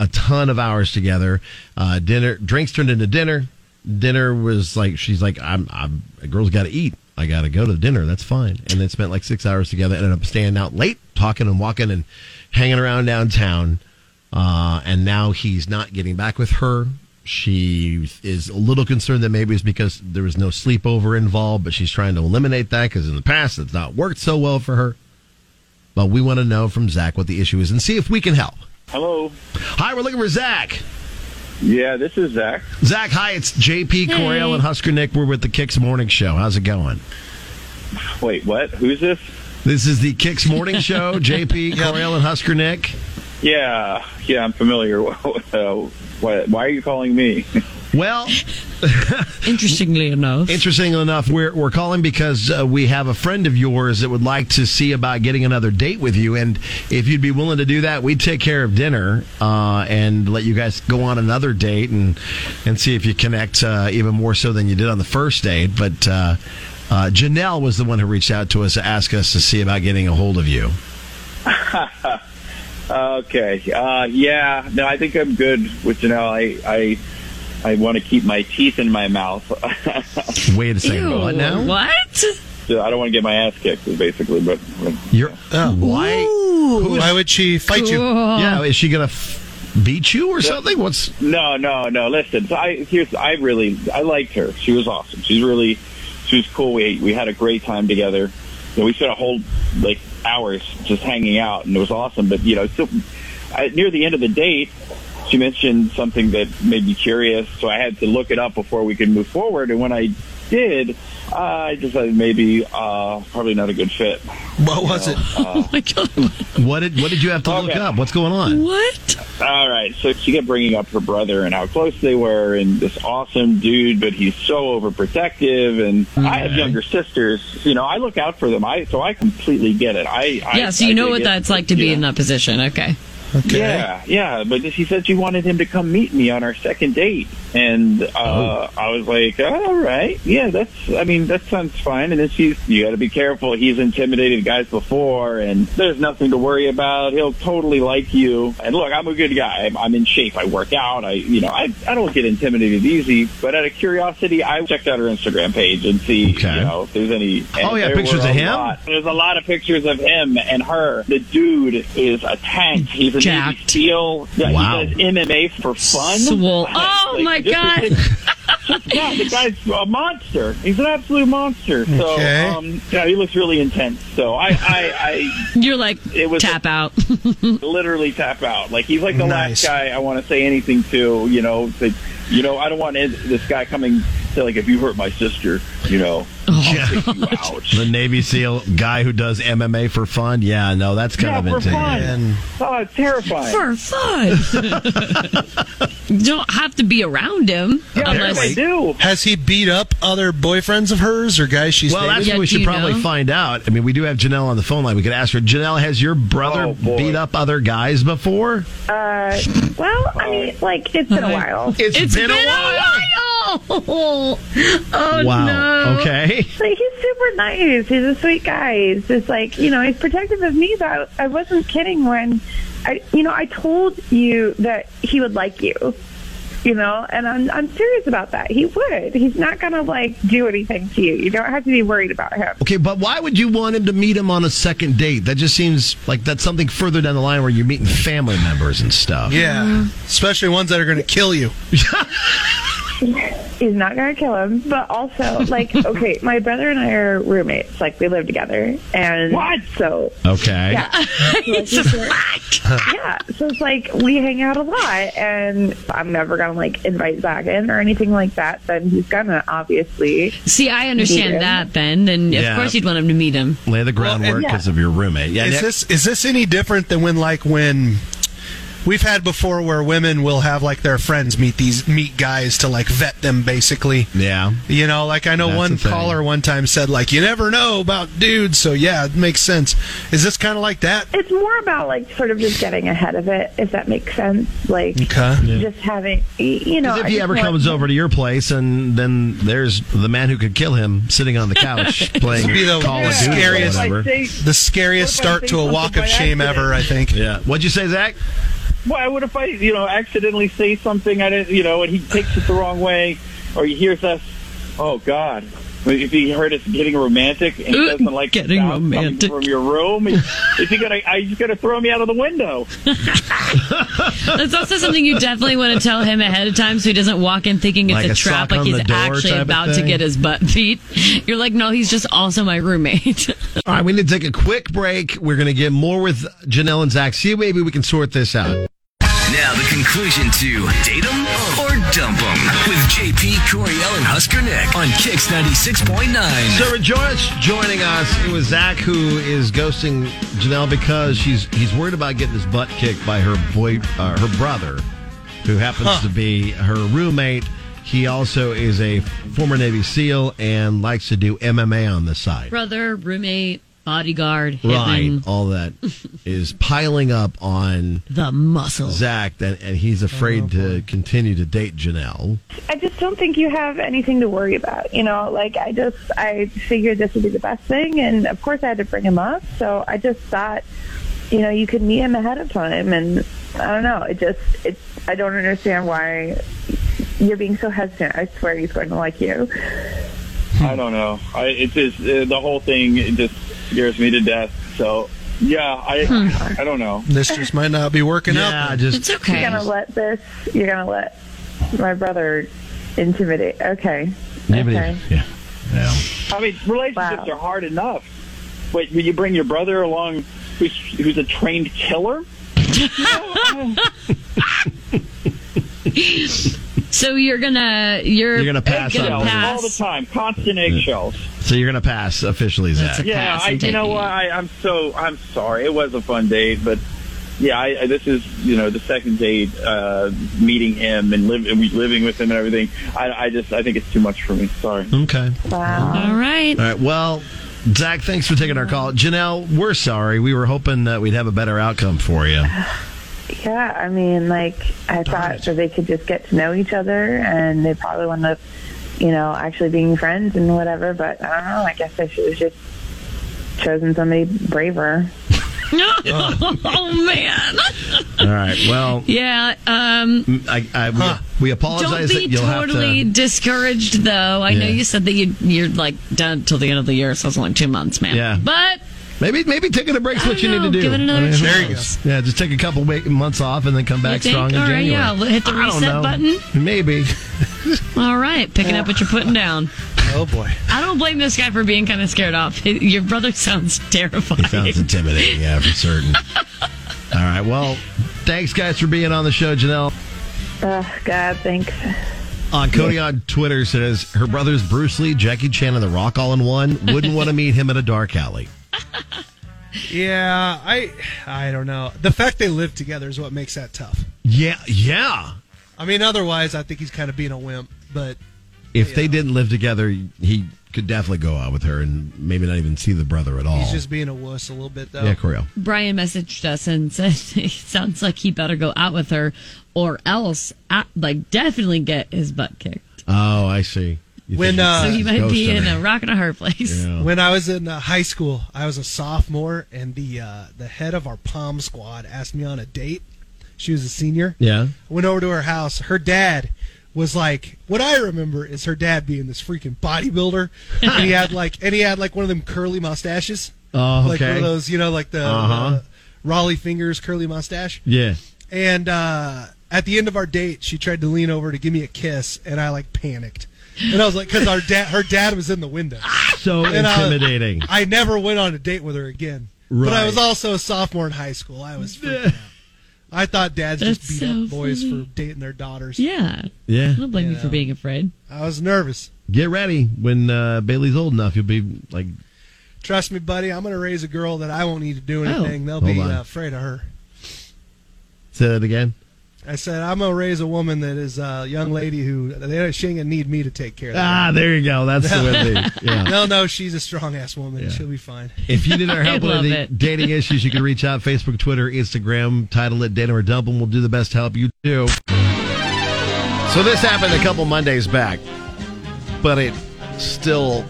a ton of hours together. Uh, dinner, drinks turned into dinner. Dinner was like she's like I'm, I'm a girl's got to eat. I got to go to dinner. That's fine. And then spent like six hours together. Ended up staying out late, talking and walking and hanging around downtown. Uh, and now he's not getting back with her. She is a little concerned that maybe it's because there was no sleepover involved, but she's trying to eliminate that because in the past it's not worked so well for her. But we want to know from Zach what the issue is and see if we can help. Hello. Hi, we're looking for Zach. Yeah, this is Zach. Zach, hi, it's JP Hey. Coriel and Husker Nick. We're with the Kicks Morning Show. How's it going? Wait, what? Who's this? This is the Kicks Morning Show. JP Coriel and Husker Nick. Yeah, yeah, I'm familiar. uh, why, why are you calling me? Well, interestingly enough, interestingly enough, we're we're calling because uh, we have a friend of yours that would like to see about getting another date with you, and if you'd be willing to do that, we'd take care of dinner uh, and let you guys go on another date and and see if you connect uh, even more so than you did on the first date. But uh, uh, Janelle was the one who reached out to us to ask us to see about getting a hold of you. Okay. Uh, yeah. No, I think I'm good with Janelle. I I, I want to keep my teeth in my mouth. Wait a second. Ew, What now? What? So I don't want to get my ass kicked, is basically. But, but- You're uh, why? who is- Why would she fight you? Cool. Yeah, is she gonna f- beat you or something? What's no, no, no. Listen, so I here's I really I liked her. She was awesome. She's really she was cool. We we had a great time together. You know, we spent a whole like hours just hanging out, and it was awesome. But you know, so I, near the end of the date, she mentioned something that made me curious, so I had to look it up before we could move forward. And when I did, I decided maybe uh, probably not a good fit. What was it? Uh, my god! What did what did you have to look up? What's going on? What? All right, so she kept bringing up her brother and how close they were, and this awesome dude, but he's so overprotective. And I have younger sisters, you know. I look out for them. I so I completely get it. I yeah, so you know what that's like to be in that position. Okay. Okay. Yeah, yeah. But she said she wanted him to come meet me on our second date, and uh, Oh. I was like, all right, yeah, that's. I mean, that sounds fine. And then she's, you got to be careful. He's intimidated guys before, and there's nothing to worry about. He'll totally like you. And look, I'm a good guy. I'm, I'm in shape. I work out. I, you know, I, I don't get intimidated easy. But out of curiosity, I checked out her Instagram page and see, you know, if there's any. and Oh, yeah, there pictures were a of him? lot. There's a lot of pictures of him and her. The dude is a tank. He's a Navy SEAL. Yeah, Wow. He does MMA for fun. Swole. Like, Oh like, my this god! is- yeah, the guy's a monster. He's an absolute monster. So, Okay. um, yeah, he looks really intense. So I, I, You're like it was tap out. I literally tap out. Like he's like the Nice. last guy I want to say anything to. You know, that you know, I don't want any- this guy coming. To, like if you hurt my sister, you know, Oh. I'll take you out. The Navy SEAL guy who does MMA for fun. Yeah, no, that's kind Yeah, of for intense. fun. Oh, it's terrifying. For fun. you don't have to be around him unless do. Has he beat up other boyfriends of hers or guys she's well, dated? that's what we should probably find out. I mean, we do have Janelle on the phone line. We could ask her. Janelle, has your brother Oh, beat up other guys before? Uh, well, I mean, like it's been a while. it's been, a while. Oh Wow. no. Okay. Like he's super nice. He's a sweet guy. He's just like you know he's protective of me. Though I wasn't kidding when I you know I told you that he would like you. You know, and I'm I'm serious about that. He would. He's not gonna like do anything to you. You don't have to be worried about him. Okay, but why would you want him to meet him on a second date? That just seems like that's something further down the line where you're meeting family members and stuff. Yeah, especially ones that are going to kill you. He's not gonna kill him. But also, like, okay, my brother and I are roommates. Like we live together, and what? So Okay. Yeah. So it's just like- yeah. So it's like we hang out a lot and I'm never gonna like invite Zach in or anything like that, then he's gonna obviously See, I understand meet him. that then, and Yeah. of course you'd want him to meet him. Lay the groundwork yeah. because of your roommate. Yeah. is that- this is this any different than when like when we've had before where women will have like their friends meet these meet guys to like vet them basically. Yeah. You know, like I know That's one the thing. caller one time said like you never know about dudes, so yeah, it makes sense. Is this kind of like that? it's more about like sort of just getting ahead of it, if that makes sense. Like Okay. Yeah. just having y- you know 'Cause if I he just ever want- comes over to your place and then there's the man who could kill him sitting on the couch playing Be the, Call the of Duty or scariest, whatever. the scariest start to a walk of shame ever. I think. Yeah. What'd you say, Zach? Why would if I, you know, accidentally say something I didn't, you know, and he takes it the wrong way, or he hears us? Oh God! If he heard us getting romantic and he doesn't like getting romantic from your room, is he gonna? Are you gonna throw me out of the window? That's also something you definitely want to tell him ahead of time so he doesn't walk in thinking it's Like a, a trap, sock like on he's the door type actually of about to thing? get his butt beat. You're like, no, he's just also my roommate. All right, we need to take a quick break. We're going to get more with Janelle and Zach. See, maybe we can sort this out. Now the conclusion to date 'em or dump 'em with JP Coriel and Husker Nick on Kicks ninety six point nine. So rejoice joining us. It was Zach who is ghosting Janelle because she's he's worried about getting his butt kicked by her boy, uh, her brother, who happens Huh. to be her roommate. He also is a former Navy SEAL and likes to do MMA on the side. Brother, roommate, bodyguard, Right, hitman. all that is piling up on the muscle Zach, and, and he's afraid to continue to date Janelle. I just don't think you have anything to worry about. You know, like I just I figured this would be the best thing, and of course I had to bring him up. So I just thought, you know, you could meet him ahead of time, and I don't know. It just, it, I don't understand why you're being so hesitant. I swear he's going to like you. I don't know. I it just uh, the whole thing it just scares me to death. So yeah, I I don't know. This just might not be working out. Yeah, just You're gonna let this. You're gonna let my brother intimidate. Okay. Okay. Yeah. I mean, relationships are hard enough. Wait, will you bring your brother along, who's who's a trained killer? So you're gonna you're You're gonna pass on Mm. gonna this. pass. all the time, constant eggshells. So you're going to pass officially, Zach. Yeah, I, you know what? I, I'm so I'm sorry. It was a fun date, but yeah, I, I, this is you know the second date, uh, meeting him and live, and we- living with him and everything. I, I just I think it's too much for me. Sorry. Okay. Wow. All right. All right. Well, Zach, thanks for taking our call. Janelle, we're sorry. We were hoping that we'd have a better outcome for you. Yeah, I mean, like I thought that they could just get to know each other, and they probably wound up, you know, actually being friends and whatever. But I don't know. I guess I should have just chosen somebody braver. No. oh man. All right. Well, Yeah. Um. I, I, we- we, apologize Don't that be you'll totally have to. discouraged, though. I know Yeah. you said that you you're like done till the end of the year, so it's only two months, man. Yeah. But Maybe maybe taking a break's I what you don't need to know. do. Give it another who chance. knows? Yeah, just take a couple wa- months off and then come back think? strong in All right, January. yeah, l- hit the I don't reset know. button. Maybe. all right, picking up what you're putting down. Oh boy. I don't blame this guy for being kind of scared off. Your brother sounds terrifying. It sounds intimidating, yeah, for certain. All right. Well, thanks, guys, for being on the show, Janelle. Oh God, thanks. Uh, Cody on Twitter says her brothers Bruce Lee, Jackie Chan, and The Rock all in one wouldn't want to meet him at a dark alley. Yeah, I I don't know. The fact they live together is what makes that tough. Yeah, yeah. I mean, otherwise, I think he's kind of being a wimp. But If they didn't live together, he could definitely go out with her and maybe not even see the brother at all. he's just being a wuss a little bit, though. Oh. yeah, Coriel. Brian messaged us and said, "It sounds like he better go out with her, or else, uh like, definitely get his butt kicked. Oh, I see. You When, think uh, so he he's might be ghosting in her. a rock and a hard place." Yeah. When I was in uh, high school, I was a sophomore, and the uh, the head of our pom squad asked me on a date. She was a senior. Yeah. I went over to her house. Her dad was like, what I remember is her dad being this freaking bodybuilder, and he had like, and he had like one of them curly mustaches. Oh, Like one okay. of those, you know, like the Uh-huh. uh, Raleigh fingers, curly mustache. Yeah. And uh, at the end of our date, she tried to lean over to give me a kiss, and I like panicked. And I was like, because our dad, her dad was in the window. So And I- intimidating. uh, I never went on a date with her again. But I Right. was also a sophomore in high school. I was freaking out. I thought dads just That's beat so up boys funny. for dating their daughters. Yeah. Yeah. I don't blame you, You for know. being afraid. I was nervous. Get ready. When uh, Bailey's old enough, you'll be like, Trust me, buddy. I'm going to raise a girl that I won't need to Oh. do anything. They'll Hold be on. uh, afraid of her. say that again. I said, I'm going to raise a woman that is a young lady who they, she ain't going to need me to take care of Ah, there you go. That's the way to be. Yeah. No, no, she's a strong ass woman. She'll be fine. If you need our help I with love any it. dating issues, you can reach out Facebook, Twitter, Instagram, title it Date 'em or Dump 'em. We'll do the best to help you too. So this happened a couple Mondays back, but it still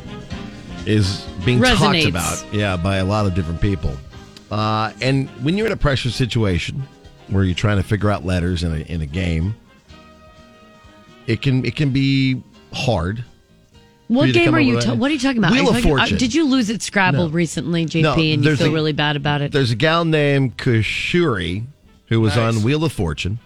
is being talked Resonates. about, yeah, by a lot of different people. Uh, and when you're in a pressure situation where you're trying to figure out letters in a, in a game, it can it can be hard. What you to game come are up you? with Ta- a- what are you talking about? Wheel Are of you talking- uh, Fortune. did you lose at Scrabble No. recently, JP, and you there's feel a- really bad about it? There's a gal named Kushuri who was Nice. on Wheel of Fortune,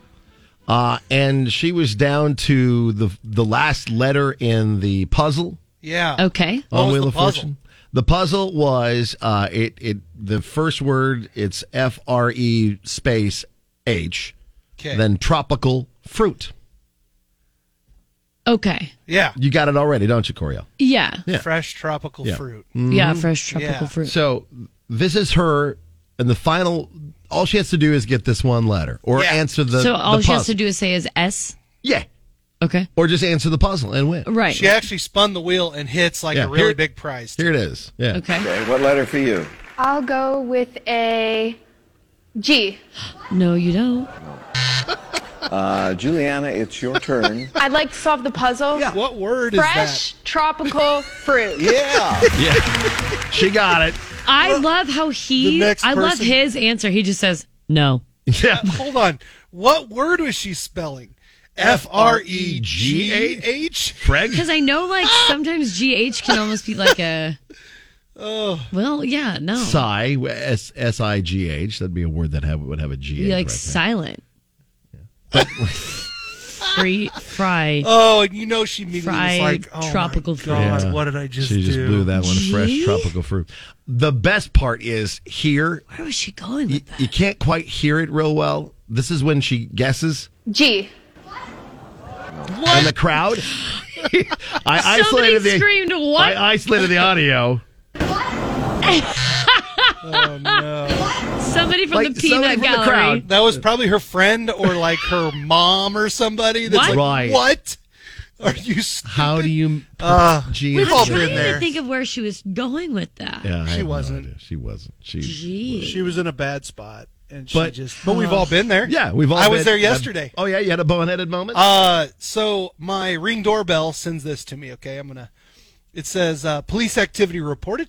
uh, and she was down to the the last letter in the puzzle Yeah. Okay. What on was Wheel the of puzzle? Fortune. The puzzle was uh, it it the first word it's F R E space H, Okay. then tropical fruit. Okay. Yeah. You got it already, don't you, Coriel? Yeah. Yeah. Fresh tropical Yeah. Mm. fruit. Yeah. Fresh tropical Yeah. fruit. So this is her, and the final. All she has to do is get this one letter or answer the. so all the she has puzzle. to do is say is S. Yeah. Okay. Or just answer the puzzle and win. Right. She actually spun the wheel and hits like Yeah. a really Here- big prize. Here it is. Yeah. Okay. Okay, what letter for you? I'll go with a G. No, you don't. Uh, Juliana, it's your turn. I'd like to solve the puzzle. What word Fresh tropical fruit. yeah. Yeah. she got it. I love how he. The next I love person- his answer. He just says no. Yeah. Hold on. What word was she spelling? F R E G A H? Because I know, like sometimes GH can almost be like a. Oh. Well, yeah, no. Sigh, S S I G H. That'd be a word that have, would have a G H. Be like right there. silent. Free fry. Oh, and you know she immediately was Fried like, oh my tropical fruit. God, Yeah. What did I just She just do? blew that one. Fresh Gee? tropical fruit. The best part is here. Where was she going? You, you can't quite hear it real well. This is when she guesses. G. And the crowd. I Somebody isolated the. screamed, "What?" I isolated the audio. Somebody from the peanut gallery. That was probably her friend or like her mom or somebody. That's What? Like, Right. What? Are you? St- How do you? Uh, G- we've all been I there. didn't think of where she was going with that. Yeah, I have she no wasn't. idea. she wasn't. She. Gee. She was in a bad spot, and she But- just. But we've all been there. Yeah, we've all. I was been- there yesterday. oh yeah, you had a boneheaded moment. Uh, so my ring doorbell sends this to me. Okay, I'm gonna. It says uh, police activity reported,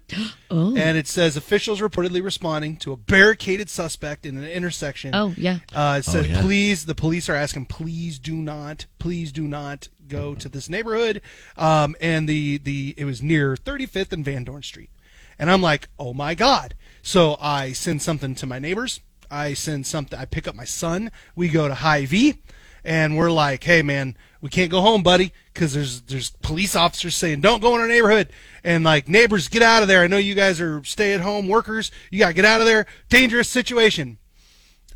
Oh. and it says officials reportedly responding to a barricaded suspect in an intersection. Oh, yeah. Uh, it Oh, says yeah. please. The police are asking, please do not, please do not go to this neighborhood. Um, and the the it was near 35th and Van Dorn Street, and I'm like, oh my god. So I send something to my neighbors. I send something. I pick up my son. We go to High V, and we're like, hey man, we can't go home, buddy, because there's there's police officers saying don't go in our neighborhood, and like neighbors get out of there. I know you guys are stay at home workers. You gotta get out of there. Dangerous situation.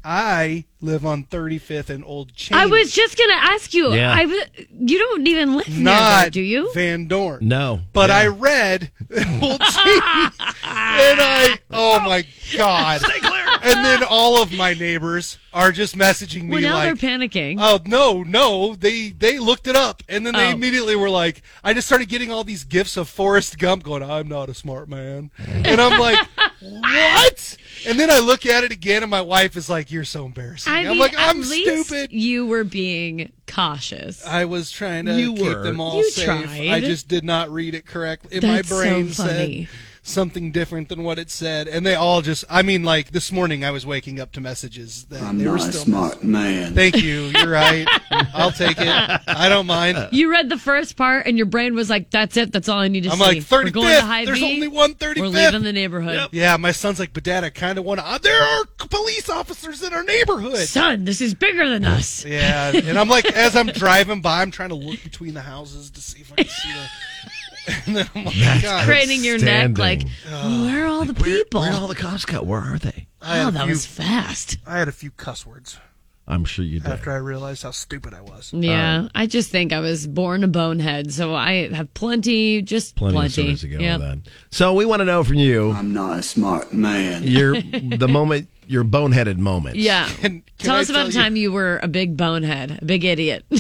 I live on 35th and Old Cheney. I was just gonna ask you. Yeah. I was, you don't even live near not there, do you? Van Dorn. No, But I read Old Cheney, and I oh my god! and then all of my neighbors are just messaging me Well, now like, they're panicking. Oh no, no! They they looked it up, and then they Oh. immediately were like, I just started getting all these gifts of Forrest Gump going, "I'm not a smart man," and I'm like, what? And then I look at it again, and my wife is like, "You're so embarrassing." I am mean, like, at "I'm least stupid." Uh, You were being cautious. I was trying to You keep were. them all You safe. tried. I just did not read it correctly. And That's my so brain funny. said something different than what it said, and they all just. I mean, like this morning, I was waking up to messages that I'm they were not a still. smart man. Thank you. You're right. I'll take it. I don't mind. You read the first part, and your brain was like, "That's it. That's all I need to I'm see." like, We're going to 35th. high There's V. only one 35th. We're leaving the neighborhood. Yeah, my son's like, but dad, I kind of want to. There are police officers in our neighborhood. Son, this is bigger than us. Yeah, and I'm like, as I'm driving by, I'm trying to look between the houses to see if I can see the. And then I'm like, God. craning your neck, like, Uh, where are all the people? Where did all the cops go? Where are they? I had Oh, a that was fast. I had a few cuss words I'm sure you did. after I realized how stupid I was. Yeah, Um, I just think I was born a bonehead, so I have plenty, just Plenty, plenty. of stories to go Yep. with that. So we want to know from you. I'm not a smart man. Your the moment your boneheaded moment. Yeah. can tell I us about tell the you- time you were a big bonehead, a big idiot.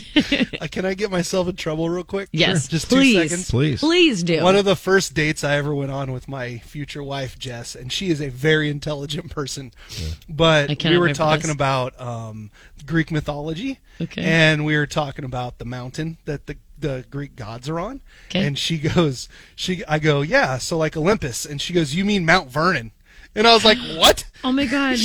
Uh, Can I get myself in trouble real quick? Sure. Yes, Just two please. seconds. Please. Please do. One of the first dates I ever went on with my future wife, Jess, and she is a very intelligent person. I But cannot we were wait for talking this. about um, Greek mythology. Okay. And we were talking about the mountain that the the Greek gods are on. Okay. And she goes, she I go, yeah, so like Olympus. And she goes, you mean Mount Vernon? And I was like, what? Oh my God,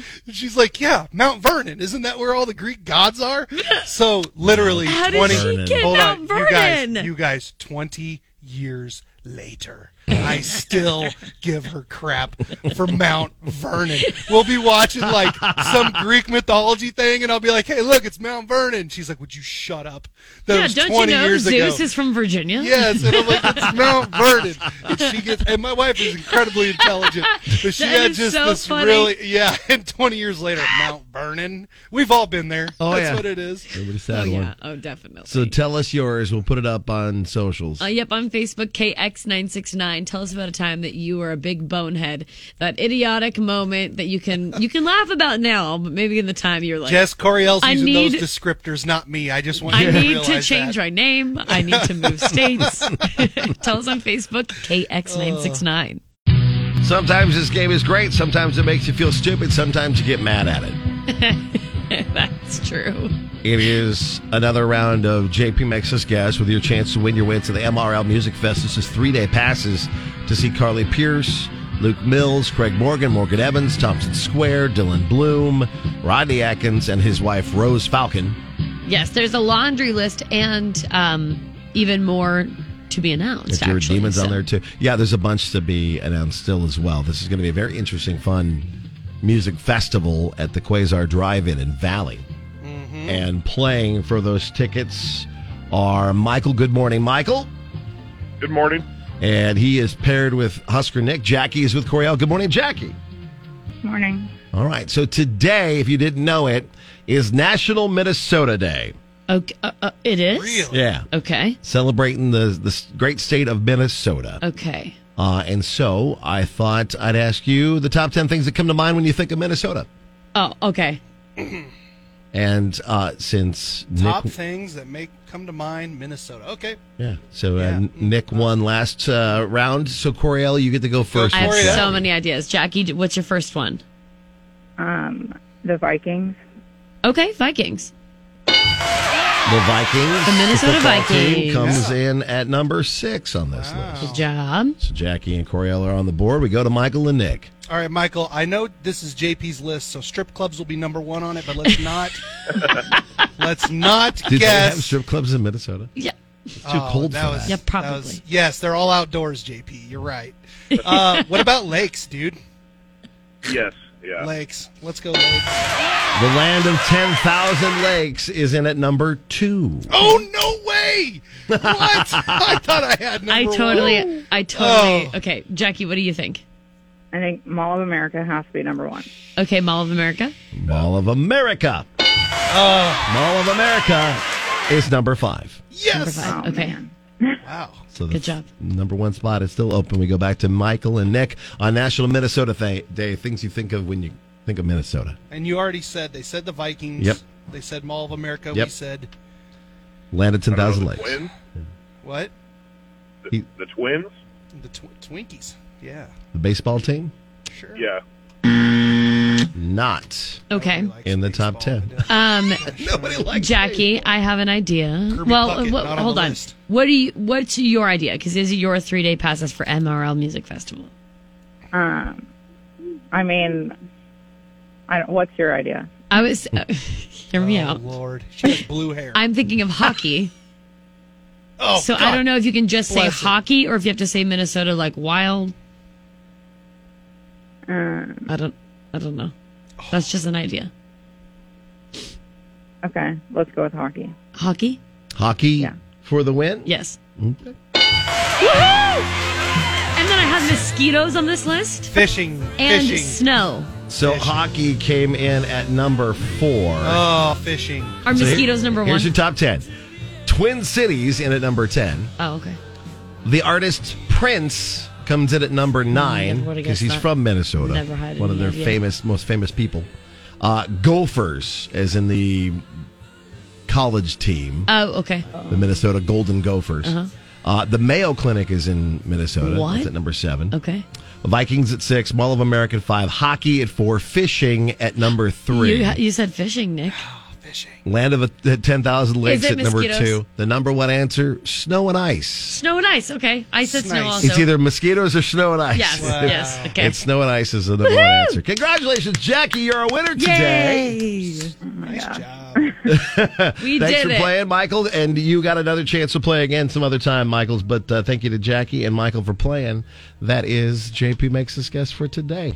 She's, she's like, yeah, Mount Vernon. Isn't that where all the Greek gods are? So literally, How did 20, she get hold Mount on, you guys, Vernon? you guys, twenty years later. I still give her crap for Mount Vernon. We'll be watching like some Greek mythology thing, and I'll be like, "Hey, look, it's Mount Vernon." She's like, "Would you shut up?" That yeah, was don't you twenty know years Zeus ago. is from Virginia? Yes, and I'm like, it's Mount Vernon. And she gets, and my wife is incredibly intelligent, but she That had is just so this funny. really, yeah. And 20 years later, Mount Vernon. We've all been there. Oh, That's yeah. what it is. It was a sad oh, one. yeah. Oh, definitely. So tell us yours. We'll put it up on socials. Uh, yep, on Facebook, KX969. Tell us about a time that you were a big bonehead, that idiotic moment that you can you can laugh about now, but maybe in the time you're like, Jess Coriel's I using need- those descriptors, not me. I just want you I to need to realize change that. my name. I need to move states. Tell us on Facebook, KX969. Sometimes this game is great. Sometimes it makes you feel stupid. Sometimes you get mad at it. That's true. It is another round of JP Mex's Guess with your chance to win your way to the MRL Music Fest. This is three day passes to see Carly Pierce, Luke Mills, Craig Morgan, Morgan Evans, Thompson Square, Dylan Bloom, Rodney Atkins, and his wife Rose Falcon. Yes, there's a laundry list and um, even more to be announced. If there are actually, demons on so. there too, yeah, there's a bunch to be announced still as well. This is going to be a very interesting, fun music festival at the Quasar Drive-In in Valley. Mm-hmm. And playing for those tickets are Michael. Good morning, Michael. Good morning. And he is paired with Husker Nick. Jackie is with Coriel. Good morning, Jackie. Morning. All right. So today, if you didn't know it, is National Minnesota Day. Okay, uh, uh, it is. Yeah. Okay. Celebrating the the s- great state of Minnesota. Okay. Uh, and so I thought I'd ask you the top 10 things that come to mind when you think of Minnesota. Oh, okay. And uh, since Top Nick, things that make come to mind Minnesota. Okay. yeah, so uh, Nick won last uh, round. So Coriel, you get to go first. I have once again. so many ideas. Jackie, d- what's your first one? Um, the Vikings. Okay, Vikings. The Vikings. The Minnesota football team Vikings. comes in at number six on this list. Good job. So Jackie and Coriel are on the board. We go to Michael and Nick. All right, Michael. I know this is JP's list, so strip clubs will be number one on it. But let's not. let's not Did they have guess. strip clubs in Minnesota? Yeah. It's too Oh, cold for that. probably. yes, they're all outdoors, JP. You're right. Uh, what about lakes, dude? Yes. Yeah. Lakes. Let's go lakes. The land of 10,000 lakes is in at number two. Oh no way! What? I thought I had I number totally, one. I totally. Okay, Jackie, what do you think? Oh. I think Mall of America has to be number one. Okay, Mall of America. Mall of America. Ah. Mall of America is number five. Yes. Oh, okay. Wow. So the Good job. Number one spot is still open. We go back to Michael and Nick on National Minnesota Th- Day. Things you think of when you think of Minnesota. And you already said they said the Vikings. Yep. They said Mall of America. Yep. We said Land of 10,000 lakes. Twin? what? He- The twins? The tw- Twinkies. Yeah. the baseball team? Yeah. Not Okay. in the top 10. Um, likes Jackie, I have an idea. Kirby well, Puckett, what, not on hold the on. list. What do you? What's your idea? Because these are your three day passes for MRL Music Festival. Um, I mean, I don't, what's your idea? I was. Uh, hear me out. Lord, she has blue hair. I'm thinking of hockey. Oh, so God. I don't know if you can just say Bless it. hockey or if you have to say Minnesota like wild. Uh, I don't. I don't know. That's just an idea. Okay, let's go with hockey. Hockey. Hockey for the win? Yes. Okay. And then I have mosquitoes on this list. Fishing. And fishing. snow. So hockey came in at number four. Oh, fishing. Are So here- mosquitoes Uh, number one? Here's your top 10. Twin Cities in at number 10. Oh, okay. The artist Prince comes in at Mm, number nine would've because guessed he's that. from Minnesota. Never had one of any their idea. famous, most famous people. Uh, Gophers, as in the college team, Oh, okay. the Minnesota Golden Gophers. Uh-huh. Uh, the Mayo Clinic is in Minnesota. What? Uh, That's at number seven. Okay. Vikings at six, Mall of America at five, hockey at four, fishing at number three. You, you said fishing, Nick. Land of the 10,000 Lakes it at number mosquitoes? two. The number one answer, snow and ice. Snow and ice. Okay, I said snow Nice. also. It's either mosquitoes or snow and ice. Yes, Wow. yes, okay. It's snow and ice is the number one Woohoo! answer. Congratulations, Jackie. You're a winner today. Yay! Nice job. we Thanks did for it. playing, Michael. And you got another chance to play again some other time, Michaels. But uh, thank you to Jackie and Michael for playing. That is JP Makes This Guess for today.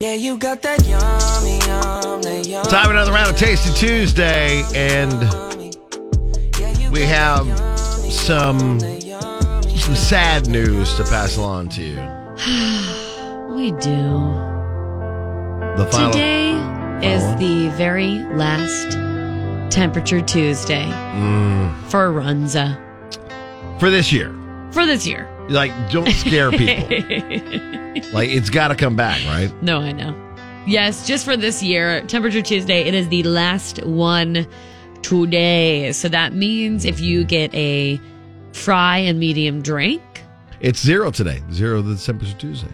Yeah, you got that yummy, yum, that yum. Time for another round of Tasty Tuesday. And we have some, some sad news to pass along to you. we do. The final. Today is Final one? the very last Temperature Tuesday Mm, for Runza for this year. for this year. Like, don't scare people. like, it's got to come back, right? no, I know. Yes, just for this year, Temperature Tuesday, it is the last one today. So that means if you get a fry and medium drink, It's zero today. Zero the temperature Tuesday.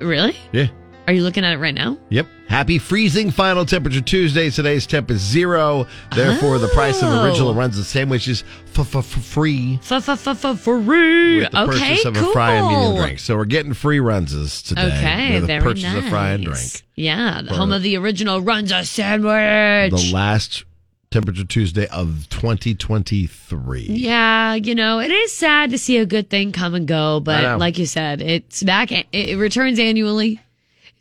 really? Yeah. Are you looking at it right now? Yep. Happy freezing final temperature Tuesday. Today's temp is zero. Therefore, the price of Oh. original runs the same, which is f- f- f- free. For free. With the Okay, purchase of cool. a fry and medium drink. So we're getting free runses today. Okay, with the very purchase nice. of fry and drink. Yeah, the For- home of the original runs a sandwich. The last temperature Tuesday of 2023. Yeah, you know, it is sad to see a good thing come and go, I know. but like you said, it's back, it it returns annually.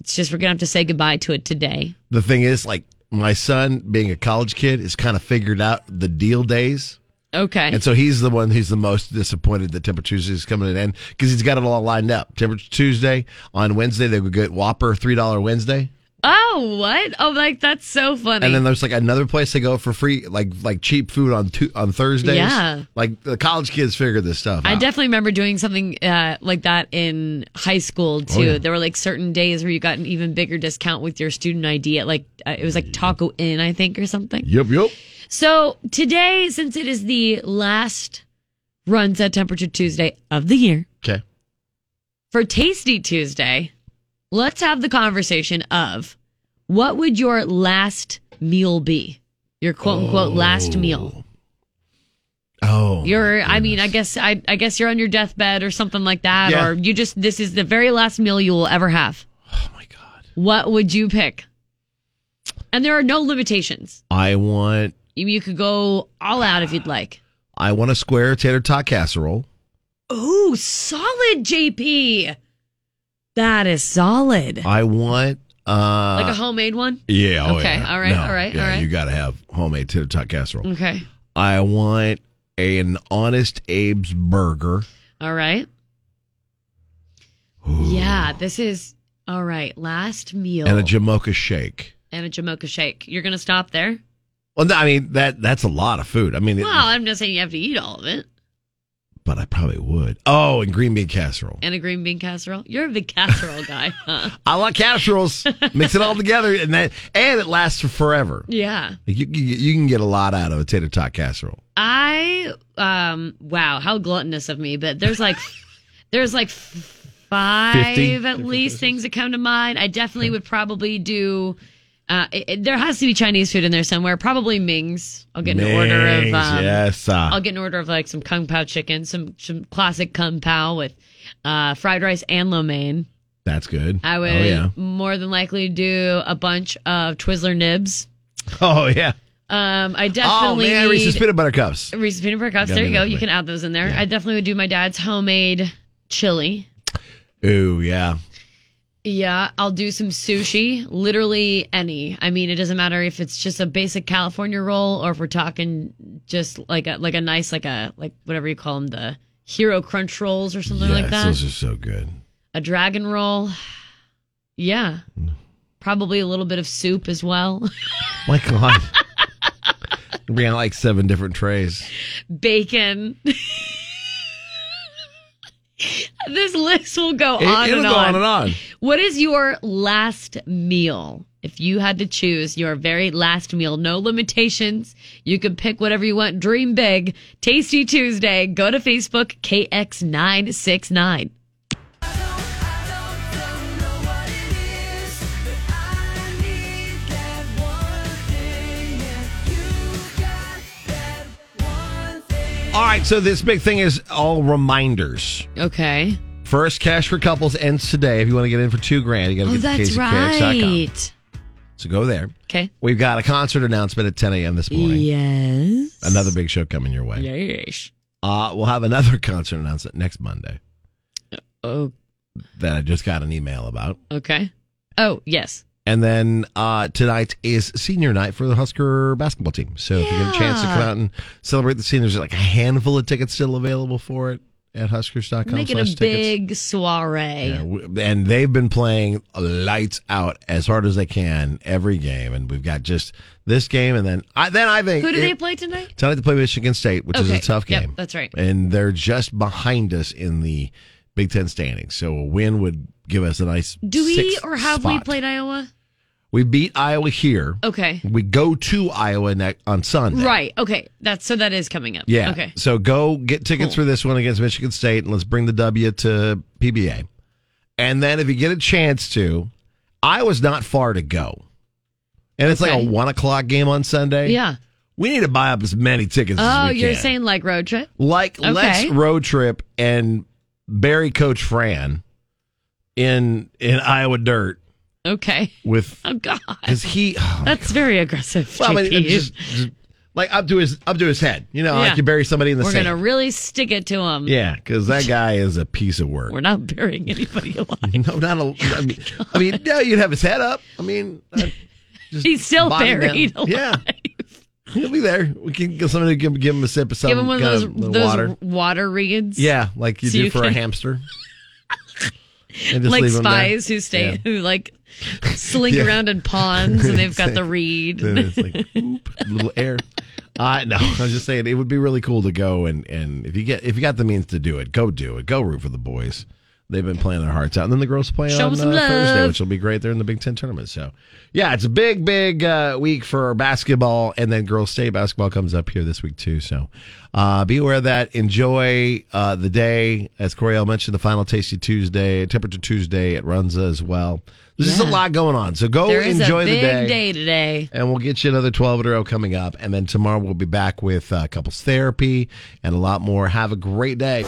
It's just we're going to have to say goodbye to it today. The thing is, like my son, being a college kid, has kind of figured out the deal days. Okay. And so he's the one who's the most disappointed that Temper Tuesday is coming to an end because he's got it all lined up. Temper Tuesday on Wednesday, they would get Whopper $3 Wednesday. oh, what? Oh, like that's so funny. And then there's like another place they go for free, like like cheap food on tu- on Thursdays. Yeah. Like the college kids figure this stuff I out. definitely remember doing something uh, like that in high school too. Oh, yeah. There were like certain days where you got an even bigger discount with your student ID at like uh, it was like Taco Inn, I think, or something. yep, yep. So today, since it is the last runs at Temperature Tuesday of the year Okay. for Tasty Tuesday, let's have the conversation of what would your last meal be? Your quote unquote last meal. Oh. You're, I mean, I guess, I, I guess you're on your deathbed or something like that, Yeah. or you just, this is the very last meal you will ever have. Oh my God. What would you pick? And there are no limitations. I want You, you could go all out if you'd like. I want a square tater tot casserole. Oh, solid, JP. That is solid. I want uh like a homemade one? Yeah. oh, Okay, yeah. all right, all right, yeah, all right. You got to have homemade tater tot casserole. Okay. I want an Honest Abe's burger. All right. Yeah, this is all right. Last meal and a Jamocha shake. and a Jamocha shake. You're gonna stop there? Well, no, I mean that that's a lot of food. I mean, it- Well, I'm not saying you have to eat all of it. but I probably would. Oh, and green bean casserole. And a green bean casserole. You're a big casserole guy, huh? I like casseroles. Mix it all together, and that and it lasts for forever. Yeah. Like, You, you you can get a lot out of a tater tot casserole. I um wow, how gluttonous of me, but there's like there's like f- five 50? at least things that come to mind. I definitely would probably do uh, it, it- there has to be Chinese food in there somewhere. Probably Ming's. I'll get an order of Ming's, um, yes, uh. I'll get an order of like some kung pao chicken, some some classic kung pao with uh, fried rice and lo mein. That's good. I would Oh yeah. more than likely do a bunch of Twizzler nibs. Oh yeah. Um, I Oh definitely man, Reese's need- peanut butter cups. Reese's peanut butter cups. Gotta There do you that go. for You me. can add those in there. I definitely would do my dad's homemade chili. Ooh yeah. Yeah, I'll do some sushi. Literally any. I mean, it doesn't matter if it's just a basic California roll or if we're talking just like a like a nice like a like whatever you call them the hero crunch rolls or something like Yes, that. Those are so good. a dragon roll. Yeah, probably a little bit of soup as well. My God. Bring out like seven different trays. Bacon. this list will go It- on it'll and go on. on and on. What is your last meal? If you had to choose your very last meal, no limitations. You can pick whatever you want. Dream big. Tasty Tuesday. Go to Facebook, KX969. All right, so this big thing is all reminders. Okay. First cash for couples ends today. If you want to get in for two grand, you got to Oh, get the that's case at KXKX.com. right. So go there. Okay. We've got a concert announcement at 10 a.m. this morning. Yes. Another big show coming your way. Yes. Uh, we'll have another concert announcement next Monday. Oh. That I just got an email about. Okay. Oh, yes. And then uh, tonight is senior night for the Husker basketball team. So if you get a chance to come Yeah. out and celebrate the seniors, there's like a handful of tickets still available for it at huskers.com. Make it slash a tickets. big soiree. Yeah, we- and they've been playing lights out as hard as they can every game, and we've got just this game, and then I then I think Who do it- they play tonight? Tonight they play Michigan State, which is a Okay, tough yep, game. that's right. and they're just behind us in the Big Ten standings, so a win would give us a nice. Do we sixth or have we spot. played Iowa? We beat Iowa here. Okay. We go to Iowa ne- on Sunday. Right. Okay. That's so that is coming up. Yeah. Okay. So go get tickets for this one against Michigan State, and let's bring the W to PBA. And then if you get a chance to, Iowa's not far to go. And it's like Okay. a one o'clock game on Sunday. Yeah. We need to buy up as many tickets Oh, as we you're can. saying like road trip? Like, Okay. let's road trip and bury Coach Fran in in Iowa dirt Okay. with Oh God. because he oh, That's very aggressive. well, I mean, JP. it's just, just, like up to his up to his head. You know, Yeah. like you bury somebody in the We're sand. gonna really stick it to him. Yeah, because that guy is a piece of work. We're not burying anybody alive. No, not a. I mean, I mean, yeah, you'd have his head up. I mean, uh, just He's still body down. buried. alive. Yeah, he'll be there. We can get somebody to give, give him a sip of some Give him one of kind those little those water. water, reeds. Yeah, like you So do you for a can- hamster. And just like leave him there. spies who stay Yeah. who like slink Yeah. around in ponds and they've got the reed. Then it's like whoop, a little air. Uh, no, I'm just saying it would be really cool to go and and if you get if you got the means to do it, go do it. Go root for the boys. They've been playing their hearts out, and then the girls play Show 'em on some uh, Thursday, love. which will be great. They're in the Big Ten tournament, so yeah, it's a big, big uh, week for basketball, and then girls' state basketball comes up here this week too. So uh, be aware of that. Enjoy uh, the day, as Coriel mentioned, the final Tasty Tuesday, Temperature Tuesday at Runza as well. There's just a Yeah. lot going on, so go there is enjoy a big the day. day today. And we'll get you another 12 in a row coming up. And then tomorrow we'll be back with uh, couples therapy and a lot more. Have a great day.